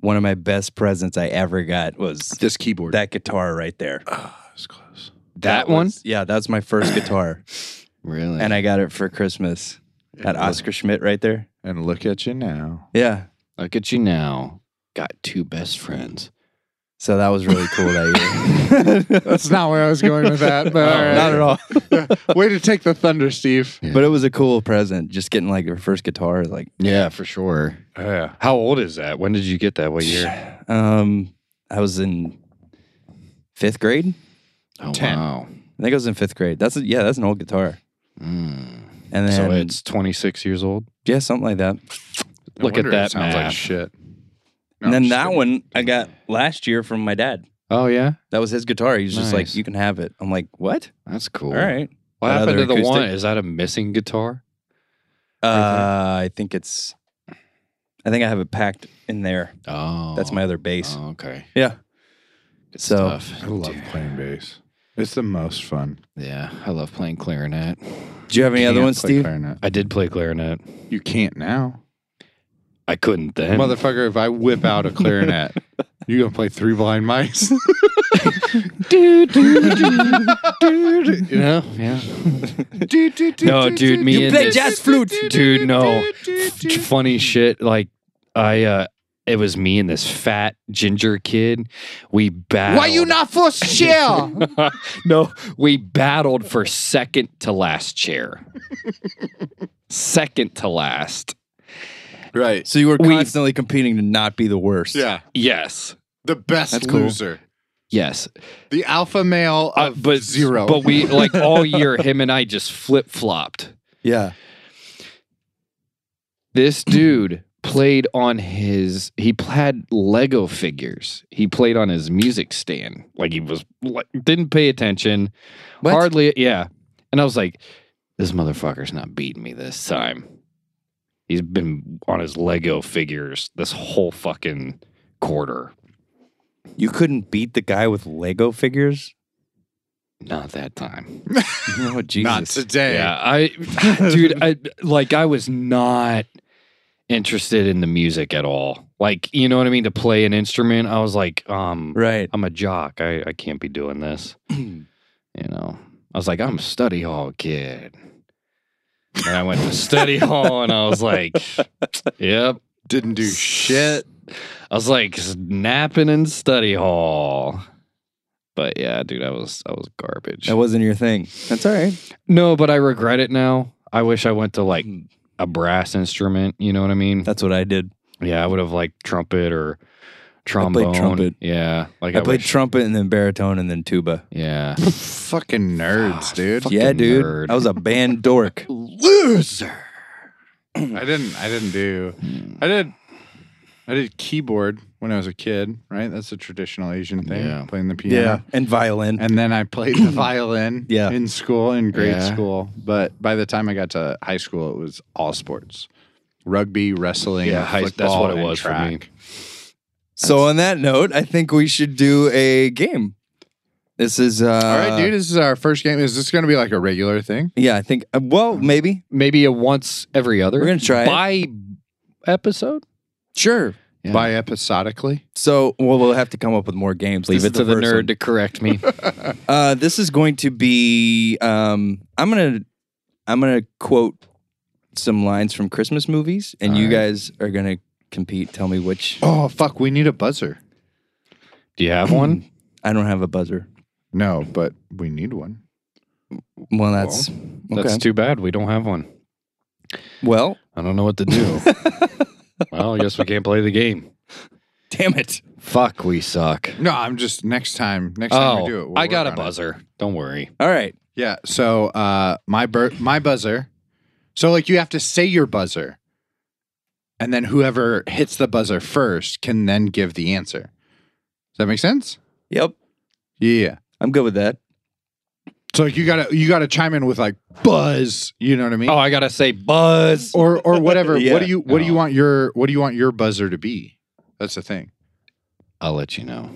One of my best presents I ever got was
This keyboard.
that guitar right there.
was close.
Uh, That, one?
was- yeah, that's my first guitar,
Really?
and I got it for Christmas at Oscar Schmidt right there.
And look at you now.
Yeah,
Look at you now. Got two best friends.
so that was really cool that year.
That's not where I was going with that, but all right.
Not at all,
Way to take the thunder, Steve.
but it was a cool present. Just getting like your first guitar, like
Yeah, for sure.
Yeah.
How old is that? When did you get that? What year?
um, I was in fifth grade. I
Oh,
Ten.
wow.
think I was in fifth grade. That's a, yeah, that's an old guitar.
Mm.
And then
So it's 26 years old.
yeah, something like that.
No
Look at
wonder it
that
Sounds
math.
like shit.
and then
I'm just
that
kidding.
one I got last year from my dad.
Oh, yeah.
That was his guitar. He was just like,
Nice.
"You can have it." I'm like, "What?
That's cool.
All right."
What
That
happened
other
to the one?
acoustic-
Is that a missing guitar?
Uh, I think it's. I think I have it packed in there.
Oh.
That's my other bass.
Oh, okay.
Yeah.
Good
So-
stuff.
I love
Dude.
playing bass. It's the most fun.
Yeah, I love playing clarinet.
Do you have any other
Can't
ones,
play
Steve?
clarinet.
I did play clarinet.
You can't now.
I couldn't then.
Motherfucker, if I whip out a clarinet, you gonna play three blind mice?
you know? Yeah.
no,
No, dude, me and this- Dude, no. Funny shit. Like, I, uh, it was me and this fat ginger kid. We battled.
Why you not for share?
no, we battled for second to last chair. second to last.
right.
So you were
We-
constantly competing to not be the worst.
Yeah.
Yes.
The best
That's cool.
loser.
Yes.
The alpha male
Uh,
of
but
zero.
But we like all year, him and I just flip flopped.
yeah.
This dude played on his. He pl- had Lego figures. He played on his music stand. Like he was like didn't pay attention.
What?
Hardly. Yeah. And I was like, this motherfucker's not beating me this time. He's been on his Lego figures this whole fucking quarter.
You couldn't beat the guy with Lego figures.
Not that time.
Oh
not
Jesus!
today.
Yeah, I, dude, I like I was not interested in the music at all. Like, you know what I mean? To play an instrument, I was like, um,
right.
I'm a jock. I, I can't be doing this. You know, I was like, I'm a study hall kid. And I went to study hall, and I was like, yep.
Didn't do shit.
I was like napping in study hall. But yeah, dude, I was I was garbage.
That wasn't your thing. That's all right. Hmm.
No, but I regret it now. I wish I went to like a brass instrument. You know what I mean?
That's what I did.
yeah, I would have like trumpet or trombone.
trumpet.
Yeah, like
I played trumpet and then baritone and then tuba.
Wish, yeah,
Fucking nerds, dude.
Fucking
Yeah, dude.
nerd.
I was a band dork.
Loser. I didn't I didn't do I did I did keyboard when I was a kid, right? That's a traditional Asian thing.
Yeah.
Playing the piano.
and violin.
And then I played the violin
Yeah.
in school, in grade
Yeah.
school. But by the time I got to high school, it was all sports. Rugby, wrestling,
Yeah, high- that's
football,
what it
and
was for
track.
me.
so on that note, I think we should do a game. This is uh,
All right, dude. This is our first game. Is this going to be like a regular thing?
Yeah, I think. uh, Well, maybe
Maybe a once every other.
we're gonna try. it.
by episode.
Sure.
Yeah.
By episodically?
So, well, we'll have to come up with more games.
Leave
This
it
is
to the,
first
nerd
one.
to correct me.
Uh, this is going to be. Um, I'm gonna, I'm gonna quote some lines from Christmas movies, and
All
you
right.
guys are gonna compete. Tell me which.
Oh, fuck. We need a buzzer.
Do you have one?
I don't have a buzzer.
No, but we need one.
Well, that's
That's
okay.
too bad. We don't have one.
well,
I don't know what to do. well, I guess we can't play the game.
damn it.
Fuck, we suck.
No, I'm just next time. Next time
Oh,
we do it. we'll
I got a
work on it.
buzzer. Don't worry.
All right.
Yeah. So uh, my bur- my buzzer. So like you have to say your buzzer, and then whoever hits the buzzer first can then give the answer. Does that make sense?
Yep.
Yeah.
I'm good with that.
So like you gotta you gotta chime in with like buzz. You know what I mean?
Oh, I gotta say buzz.
Or or whatever.
Yeah.
What do you what do you
Oh.
want your what do you want your buzzer to be? That's the thing.
I'll let you know,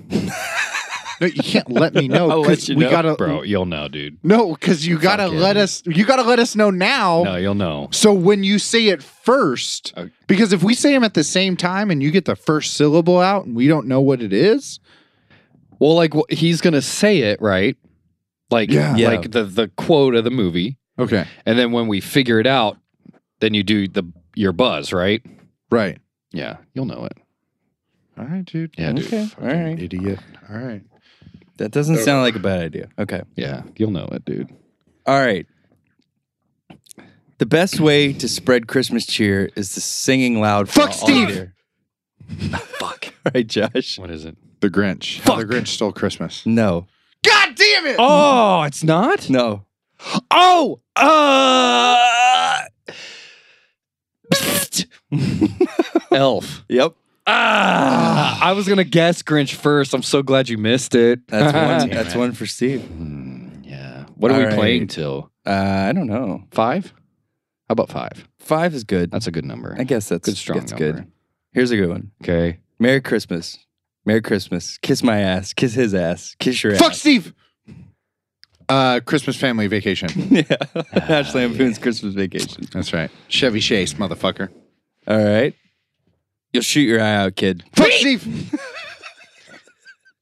No, you can't let me know.
I'll
'cause
let you
we
know,
gotta
bro. You'll know, dude.
No, because you gotta
Fuck it.
let us. You gotta let us know now.
No, you'll know.
So when you say it first,
Okay.
because if we say them at the same time and you get the first syllable out and we don't know what it is,
Well, like wh- he's gonna say it right, like
Yeah.
Yeah.
like the the quote of the movie,
okay,
and then when we figure it out, then you do the your buzz, right?
right.
Yeah, you'll know it.
All right, dude.
Yeah, dude.
Okay. All
Fucking
right.
Idiot. All right.
That doesn't sound like a bad idea. Okay.
Yeah, you'll know it, dude.
All right. The best way to spread Christmas cheer is to singing loud. for
Fuck
all
Steve!
year. Fuck. All right, Josh.
What is it?
The Grinch. How the Grinch stole Christmas.
No.
God damn it!
Oh, it's not.
No.
Oh, uh, Elf.
Yep.
Ah, I was gonna guess Grinch first. I'm so glad you missed it.
That's one.
Damn
that's
it.
one for Steve.
Hmm, yeah. What are
All
we
right.
playing till
Uh, I don't know.
five? How about five?
Five is good.
That's a good number.
I guess that's
Good strong
That's
number.
good. Here's a good one.
Okay.
Merry Christmas. Merry Christmas. Kiss my ass. Kiss his ass. Kiss your
Fuck
ass.
Steve. Uh, Christmas family vacation.
yeah. Ash Lampoon's Christmas Vacation.
That's right. Chevy Chase, motherfucker.
All right. You'll shoot your eye out, kid.
Fuck Steve.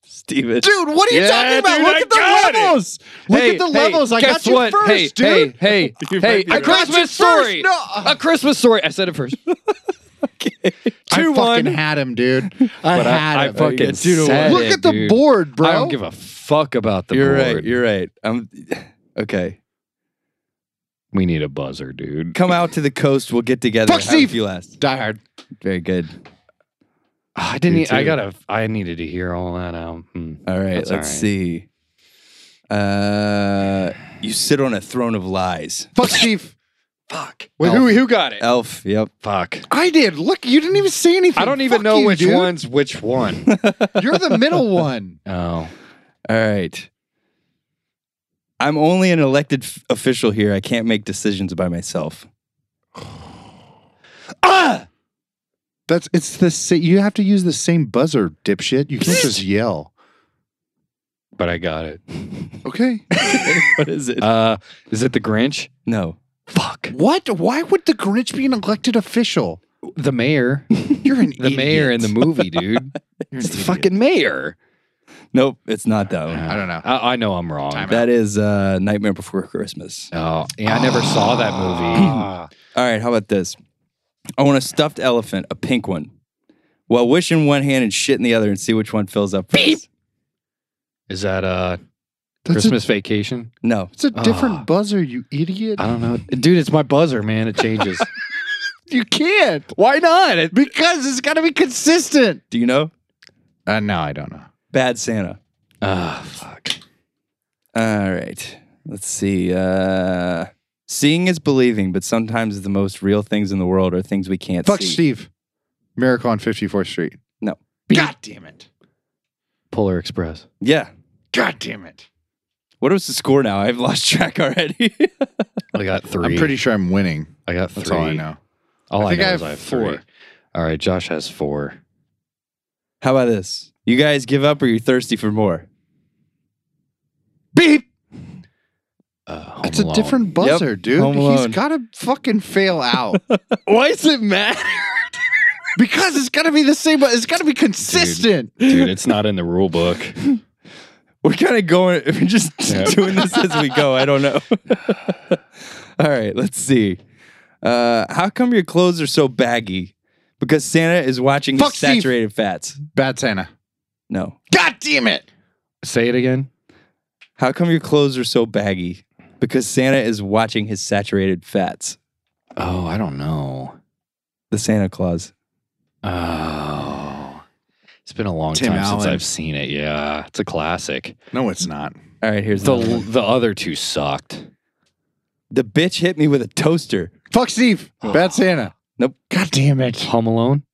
Steven.
Dude, what are you
Yeah,
talking about?
dude,
Look
I
at the
got it.
levels. Look
Hey,
at the
hey,
levels. I
guess
got you
what?
first,
hey,
dude.
Hey, hey,
You
hey!
might be
A
right.
Got you
Christmas
first.
story. uh,
No.
A Christmas story. I said it first.
I
Two,
fucking
one.
had him, dude. I
But I-
had
I
him.
fucking
Dude,
said
look
it,
at the
dude.
board, bro.
I don't give a fuck about the
you're
board.
right. You're right. I'm okay.
we need a buzzer, dude.
Come out to the coast. We'll get together.
Fuck
How did
Steve.
You last.
Die Hard.
Very good.
I didn't.
Me
e- I
too.
gotta. I needed to hear all that out. Hmm.
All right.
That's all
let's
right.
see. Uh, you sit on a throne of lies.
Fuck Steve.
Fuck.
Wait, who-
got it?
Elf. Yep.
Fuck.
I did. Look, you didn't even say anything.
I don't even
Fuck
know
you,
which
dude.
one's which one.
You're the middle one.
oh,
All right. I'm only an elected f- official here. I can't make decisions by myself.
Ah! That's it's the sa- you have to use the same buzzer, dipshit. You can't just yell.
but I got it.
Okay.
what is it?
Uh, is it the Grinch?
no. Fuck.
What? Why would the Grinch be an elected official?
The mayor.
You're an
The mayor in the movie, dude.
You're an
it's the
idiot.
fucking mayor.
Nope. It's not that one.
I don't know.
I, I know I'm wrong.
Time
That is uh, Nightmare Before Christmas.
oh, yeah, I never saw that movie.
Ah.
All right, how about this? I want a stuffed elephant, a pink one. Well, wish in one hand and shit in the other, and see which one fills up first.
Is that uh
That's a-
Christmas Vacation?
No,
It's a different
Ah.
buzzer, you idiot.
I don't know, dude. It's my buzzer, man. It changes.
You can't
Why not? It-
because it's got to be consistent.
do you know?
Uh, no, I don't know.
Bad Santa.
Ah, fuck.
All right, let's see. Uh, seeing is believing, but sometimes the most real things in the world are things we can't
Fuck
see.
Steve. Miracle on 54th Street.
No.
God damn it.
Polar Express.
Yeah.
God damn it.
What was the score now? I've lost track already.
I got three.
I'm pretty sure I'm winning.
I got three.
That's all I know.
All I,
I think
know
I
is
have
I have four.
four.
All right, Josh has four.
how about this? You guys give up, or you're thirsty for more.
Beep.
Uh, Home
That's a
Alone.
different buzzer,
Home
dude. He's
Alone.
got to fucking fail out.
Why does it matter?
because it's got to be the same, but it's got to be consistent.
Dude, it's not in the rule book.
We're kind of going, we're just
Yeah.
doing this as we go. I don't know. All right, let's see. Uh, how come your clothes are so baggy? Because Santa is watching his
Fuck Steve.
saturated fats.
Bad Santa.
No.
God damn it.
Say it again.
How come your clothes are so baggy? Because Santa is watching his saturated fats.
Oh, I don't know.
The Santa Claus.
Oh. It's been a long
Tim
time since
Allen.
I've seen it. Yeah, it's a classic.
No, it's not.
All right, here's the
The
Mm-hmm.
the other two sucked.
the bitch hit me with a toaster.
Fuck Steve. Bad Santa.
Nope.
God damn it.
Home Alone?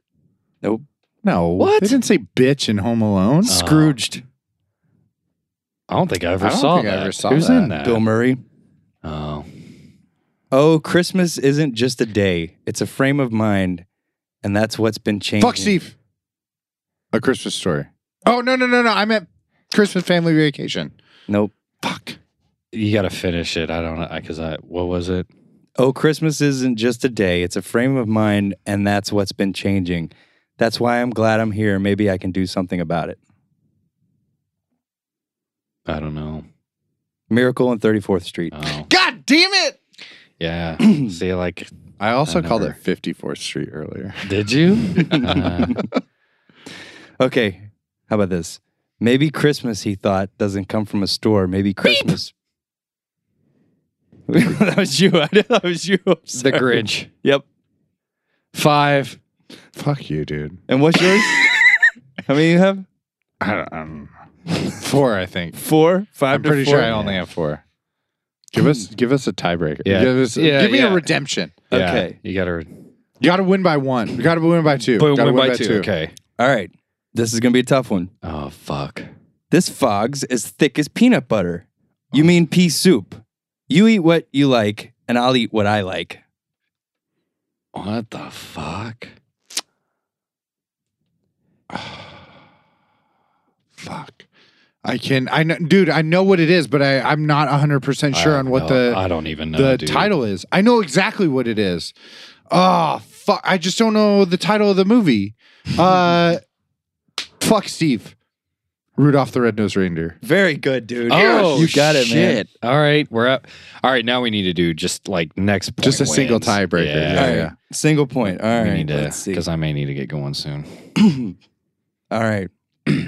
Nope.
No.
What?
They didn't say bitch in Home Alone.
Uh,
Scrooged.
I don't think I ever
I don't
saw
think I
that.
ever saw
Who's
that.
in that?
Bill Murray.
oh.
Oh, Christmas isn't just a day. It's a frame of mind, and that's what's been changing.
Fuck Steve. A Christmas story. Oh, no, no, no, no. I meant Christmas family vacation.
Nope.
Fuck.
You got to finish it. I don't know cuz I what was it?
Oh, Christmas isn't just a day. It's a frame of mind, and that's what's been changing. That's why I'm glad I'm here. Maybe I can do something about it.
I don't know.
Miracle on 34th Street.
Oh.
God damn it.
Yeah. See like
I also
I
called
never-
it 54th Street earlier.
did you? Uh,
Okay, how about this? Maybe Christmas, he thought, doesn't come from a store. Maybe Christmas. that was you. I that was you. I'm
the
sorry.
Grinch.
Yep.
5.
Fuck you, dude.
And what's yours? how many you have?
I don't, I don't know. Four, I think.
Four, five.
I'm pretty
to
sure
four?
I only have four. Give us give us a tiebreaker.
Yeah.
Give, us,
Yeah,
give me
yeah.
a redemption.
Yeah,
Okay.
you got to
You got to win by one. You got to win by two. Gotta
Okay.
All right. This is gonna be a tough one.
Oh fuck.
This fog's as thick as peanut butter. You mean pea soup? You eat what you like, and I'll eat what I like.
What the fuck?
Fuck. I can. I know, dude. I know what it is, but I I'm not 100 percent sure
I
on
don't
what
know.
the
I don't even know
the
dude.
title is. I know exactly what it is. Oh fuck! I just don't know the title of the movie. Uh, fuck Steve. Rudolph the Red-Nosed Reindeer.
Very good, dude.
Oh,
you got it, man.
shit. All right, we're up. All right, now we need to do just like next. Point
Just a single
wins.
tiebreaker.
All
Yeah,
right.
yeah.
Single point. All
we
right.
need to
Let's see.
because I may need to get going soon.
All right.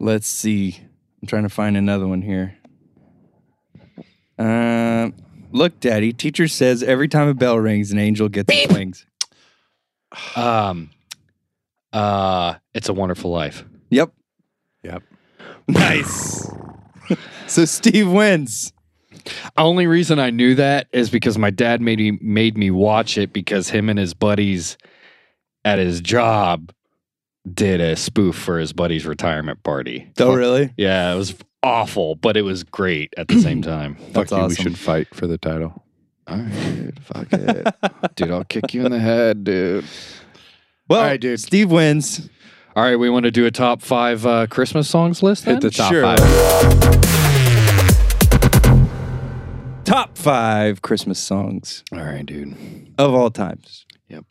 Let's see. I'm trying to find another one here. Um, look, Daddy. Teacher says every time a bell rings, an angel gets its wings.
Um, uh, it's a Wonderful Life.
Yep.
Yep.
Nice. so Steve wins.
Only reason I knew that is because my dad made me made me watch it because him and his buddies at his job did a spoof for his buddy's retirement party.
Oh, really?
Yeah, it was awful, but it was great at the same time.
That's
fuck you. We
awesome.
should fight for the title.
All right, dude, fuck it, dude. I'll kick you in the head, dude.
Well,
All right, dude.
Steve wins.
All right, we want to do a top five uh, Christmas songs list. Then?
Hit the top
Sure.
five.
Top five Christmas songs
All right, dude.
of all times.
Yep.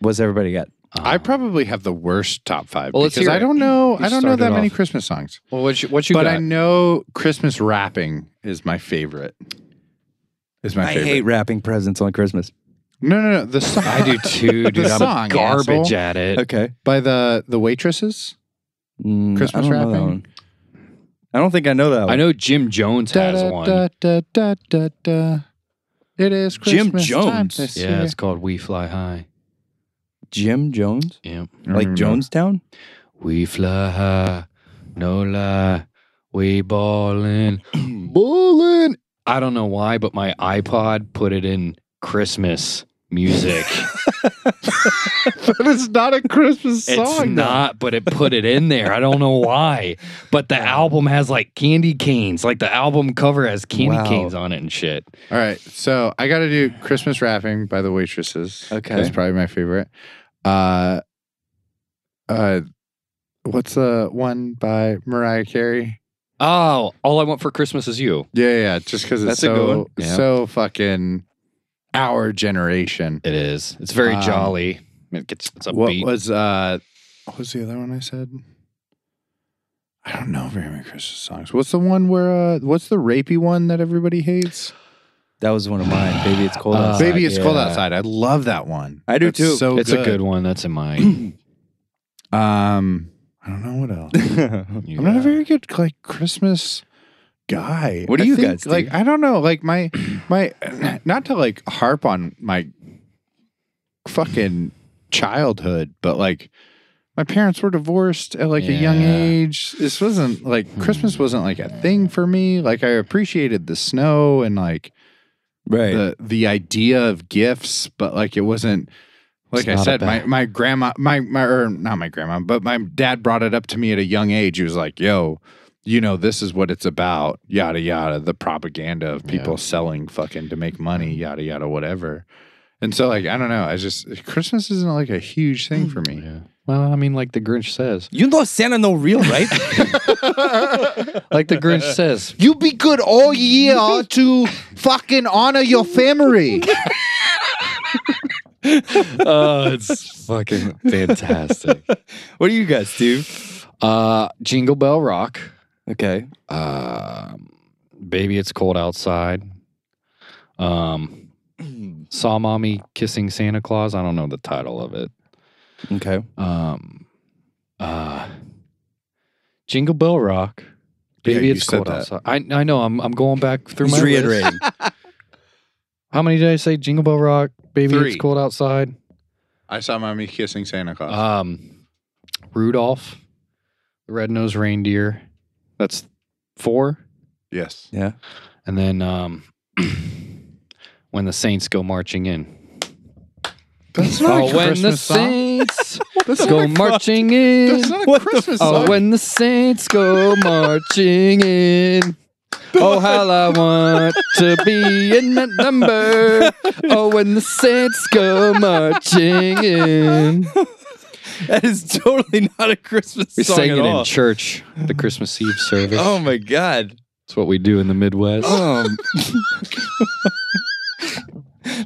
What's everybody got?
I probably have the worst top five
Oh. Well, let's
because
hear
I
it.
don't know.
You
I don't know
started
that many
off.
Christmas songs,
Well, what you, what you
but
got?
I know Christmas rapping is my favorite. Is my
I
favorite.
hate wrapping presents on Christmas.
no, no, no. The song
I do too, dude. I'm
song,
garbage
asshole.
at it.
Okay.
by the the waitresses.
Mm,
Christmas
I don't know that
wrapping?
one. I don't think I know that one.
I know Jim Jones
Da,
has
da,
one.
da, da, da, da, da. It is
Jim
Christmas Time
Jones.
this
Yeah,
year.
it's called We Fly High.
Jim Jones,
Yep.
Mm-hmm.
like Jonestown.
We fly high, no lie. We ballin', ballin'. I don't know why, but my iPod put it in Christmas music.
but it's not a Christmas song.
It's
though.
not, but it put it in there. I don't know why. But the album has like candy canes. Like the album cover has candy
Wow.
canes on it and shit.
All right, so I got to do Christmas rapping by the waitresses.
Okay.
that's probably my favorite. Uh, uh, what's the one by Mariah Carey?
Oh, all I want for Christmas is you.
Yeah, yeah, yeah. Just because it's
That's a good
so
one. Yeah.
so fucking our generation.
It is. It's very
Um,
jolly. It gets it's
what
upbeat.
was uh what was the other one I said? I don't know very many Christmas songs. What's the one where uh what's the rapey one that everybody hates?
That was one of mine. Baby, it's cold
Uh,
outside.
Baby it's cold
yeah.
outside. I love that one.
I do
That's
too.
So
it's
good.
a good one. That's in mine.
Um I don't know what else.
You
I'm not a
got-
very good like Christmas guy.
What do
I
you
think,
guys do?
like? I don't know. Like my my not to like harp on my fucking childhood, but like my parents were divorced at like a young
Yeah.
age. This wasn't like Christmas wasn't like a thing for me. Like I appreciated the snow and like
right.
the the idea of gifts, but like it wasn't
It's
like I
not
said, my,
about-
my grandma my my or not my grandma, but my dad brought it up to me at a young age. He was like, yo, you know, this is what it's about, yada yada, the propaganda of people
Yeah.
selling fucking to make money, yada yada, whatever. And so like I don't know, I just Christmas isn't like a huge thing for me.
Yeah. Well, I mean, like the Grinch says.
you know Santa no real, right?
Like the Grinch says.
You be good all year to fucking honor your family.
Oh, it's fucking fantastic.
what do you guys do?
Uh, Jingle Bell Rock.
Okay.
Um, Baby, it's cold outside. Um, saw mommy kissing Santa Claus. I don't know the title of it.
Okay.
Um, uh, Jingle Bell Rock.
Yeah,
Baby,
you
it's
said
cold
that.
outside. I I know. I'm I'm going back through
Just
my list.
reiterating.
How many did I say? Jingle Bell Rock. Baby,
Three.
it's cold outside.
I saw mommy kissing Santa Claus.
Um, Rudolph, the Red-Nosed Reindeer. That's four.
yes.
yeah.
And then um, when the Saints go marching in.
That's
oh, when the Saints
That's
go marching in.
That's not a
What the
Christmas
Oh,
song.
when the Saints go marching in. Oh, how I want to be in that number. Oh, when the Saints go marching in.
That is totally not a Christmas
We
song
sang
at
it in
all.
church, the Christmas Eve service.
oh my god.
It's what we do in the Midwest.
Um,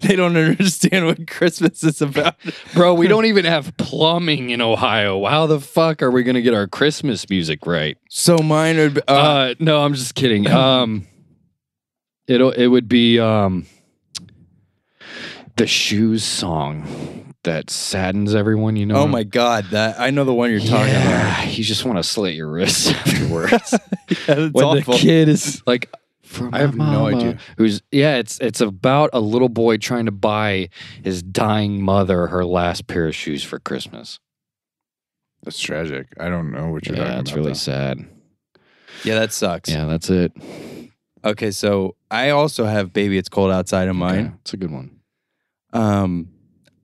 they don't understand what Christmas is about.
Bro, we don't even have plumbing in Ohio. How the fuck are we going to get our Christmas music right?
So mine would be,
Uh,
uh,
no, I'm just kidding. Um it it would be um the shoes song that saddens everyone, you know.
oh my god, that I know the one you're talking about.
Yeah, you just want to slit your wrists afterwards.
Yeah, that's
when
awful.
the kid is like from
I have
my
no
mama,"
idea.
Who's yeah, it's it's about a little boy trying to buy his dying mother her last pair of shoes for Christmas.
That's tragic. I don't know what you're
yeah,
talking
it's
about.
really
though.
sad.
yeah, that sucks.
Yeah, that's it.
Okay, so I also have "Baby It's Cold Outside" in mine.
Okay, It's a good one.
Um,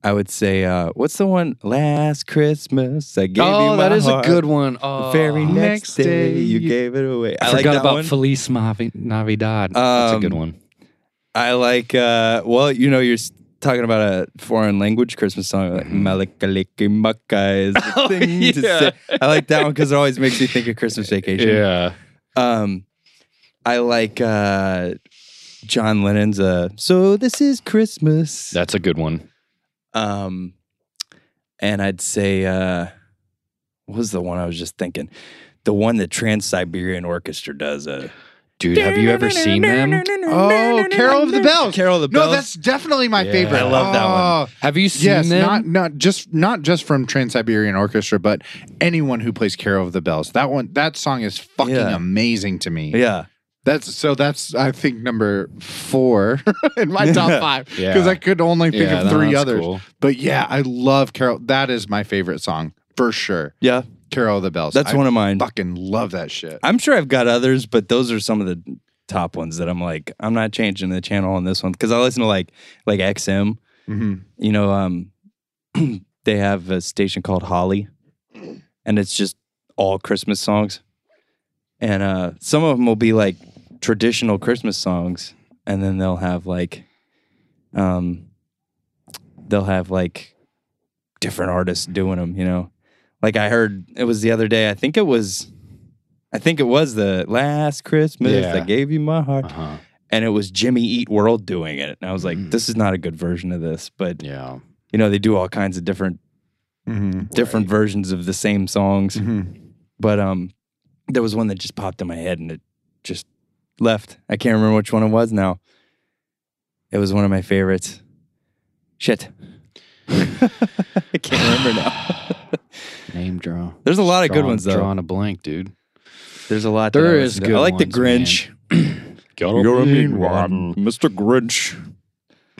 I would say, uh, what's the one? Last Christmas, I gave you my
oh, that is
heart.
a good one.
The
Oh.
very Uh, next
Next
day,
day
you
you-
gave it away. I,
I,
like
forgot
that
about
one.
Feliz Mavi- Navidad. That's a good
Um,
one.
I like. Uh, well, you know, you're s- talking about a foreign language Christmas song, like Malikalikimaka is the thing to
yeah.
say. I like that one because it always makes me think of Christmas vacation.
Yeah.
Um, I like uh, John Lennon's uh, "So This Is Christmas."
That's a good one.
Um, and I'd say, uh, what was the one I was just thinking? The one that Trans Siberian Orchestra does. Uh,
Dude, have you ever seen them?
Oh, Carol of the Bells.
Carol of the Bells.
No, that's definitely my
Yeah.
favorite.
I
love that one.
Oh,
Have you seen
Yes,
them?
not not just not just from Trans Siberian Orchestra, but anyone who plays Carol of the Bells. That one, that song is fucking
Yeah.
amazing to me.
yeah.
That's so. That's I think number four in my
Yeah.
top five
Yeah.
because I could only think
Yeah,
of
no,
three
that's
others.
cool.
But yeah, I love Carol. That is my favorite song for sure.
Yeah.
Carol of the Bells.
That's
I
one of mine.
Fucking love that shit.
I'm sure I've got others, but those are some of the top ones that I'm like, I'm not changing the channel on this one because I listen to like like XM.
Mhm.
You know, um, they have a station called Holly, and it's just all Christmas songs, and uh, some of them will be like traditional Christmas songs, and then they'll have like, um, they'll have like different artists doing them. You know, like I heard it was the other day. I think it was. I think it was the last Christmas
Yeah.
that gave you my heart.
Uh-huh.
And it was Jimmy Eat World doing it. And I was like,
Mm.
this is not a good version of this. But,
Yeah.
you know, they do all kinds of different
Mm-hmm.
different versions of the same songs.
Mm-hmm.
But um, there was one that just popped in my head and it just left. I can't remember which one it was now. It was one of my favorites. Shit. I can't remember now.
Name draw.
There's a lot of good
Drawing-
ones though.
Drawing a blank, dude.
There's a lot. that I
There is
listen to.
good.
I like the
ones, man.
Grinch.
Gotta be rotten.
Mr. Grinch.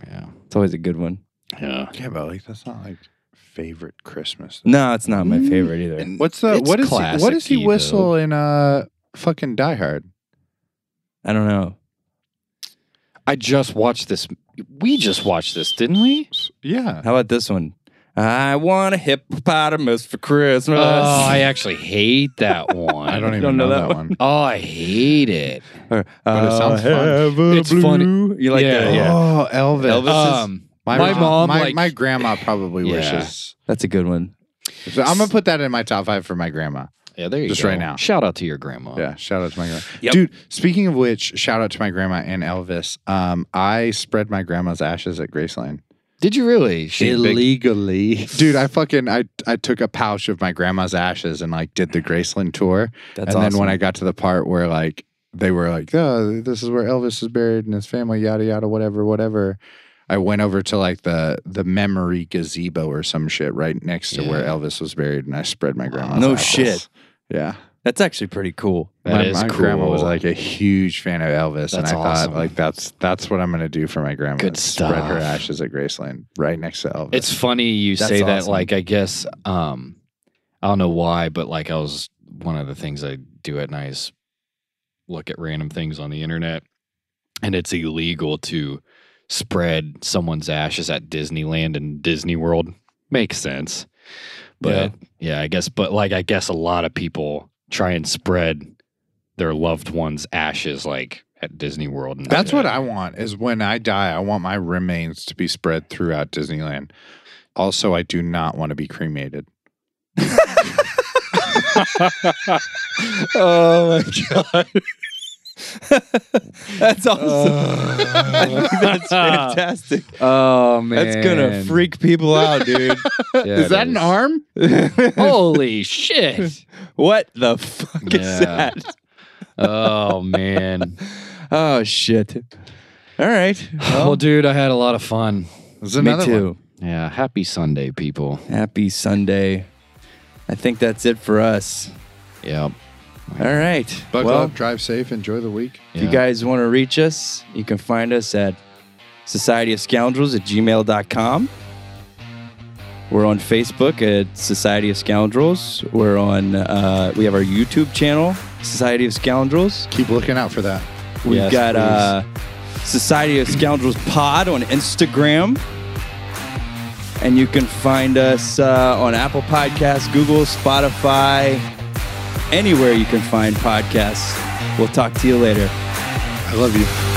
Yeah.
It's always a good one.
Yeah.
Yeah, but like that's not like favorite Christmas.
No, it's not my favorite either.
What's the
It's
what is he, what does he
classic-y, though.
whistle in uh fucking Die Hard?
I don't know.
I just watched this. We just watched this, didn't we?
Yeah.
How about this one? I want a hippopotamus for Christmas.
Oh, I actually hate that one.
I don't even
Uh, don't
know,
know
that,
that
one.
Oh, I hate it.
Or,
But it sounds
"I'll
fun.
have a
It's funny.
uh, blue." You like
Yeah,
that?
yeah.
Oh, Elvis.
Elvis is-
Um,
my,
my mom,
my,
like-
my grandma probably
Yeah.
wishes.
That's a good one.
So I'm gonna put that in my top five for my grandma.
yeah, there you
Just
go.
right now.
Shout out to your grandma.
Yeah, shout out to my grandma.
Yep.
Dude, speaking of which, shout out to my grandma and Elvis. Um, I spread my grandma's ashes at Graceland.
Did you really?
Illegally. Dude, I fucking I I took a pouch of my grandma's ashes and like did the Graceland tour.
That's
and
awesome.
then when I got to the part where like they were like, "Oh, this is where Elvis is buried and his family, yada yada, whatever, whatever." I went over to like the the memory gazebo or some shit right next to where
Yeah.
Elvis was buried, and I spread my grandma's.
No
ashes.
shit.
Yeah,
That's actually pretty cool.
That
my,
is
my grandma was
cool.
like a huge fan of Elvis, and
That's
I
awesome.
thought like that's that's what I'm gonna do for my grandma.
Good
is Spread her
stuff.
ashes at Graceland right next to Elvis.
It's funny you
That's
say that.
awesome.
Like, I guess um, I don't know why, but like, I was one of the things I do at night is look at random things on the internet, and it's illegal to spread someone's ashes at Disneyland and Disney World. Makes sense, but yeah, I guess. But like, I guess a lot of people try and spread their loved ones' ashes like at Disney World. And
That's what I want is when I die, I want my remains to be spread throughout Disneyland. Also, I do not want to be cremated.
oh my god. That's awesome.
Uh.
I think that's fantastic.
Oh man,
That's gonna freak people out, dude.
is that an arm?
Holy shit.
what the fuck is
Yeah.
that?
Oh man.
Oh shit. All right.
Well, dude, I had a lot of fun.
There's
Me
another
too.
one.
Yeah, happy Sunday, people.
Happy Sunday. I think that's it for us.
Yep.
All right.
Buckle
well,
up, drive safe, enjoy the week.
if you
Yeah.
guys want to reach us, you can find us at Society of Scoundrels at gmail.com. We're on Facebook at Society of Scoundrels. We're on, uh, we have our YouTube channel, Society of Scoundrels.
Keep looking out for that.
We've
Yes,
got uh, Society of Scoundrels Pod on Instagram. And you can find us uh, on Apple Podcasts, Google, Spotify, anywhere you can find podcasts. We'll talk to you later.
I love you.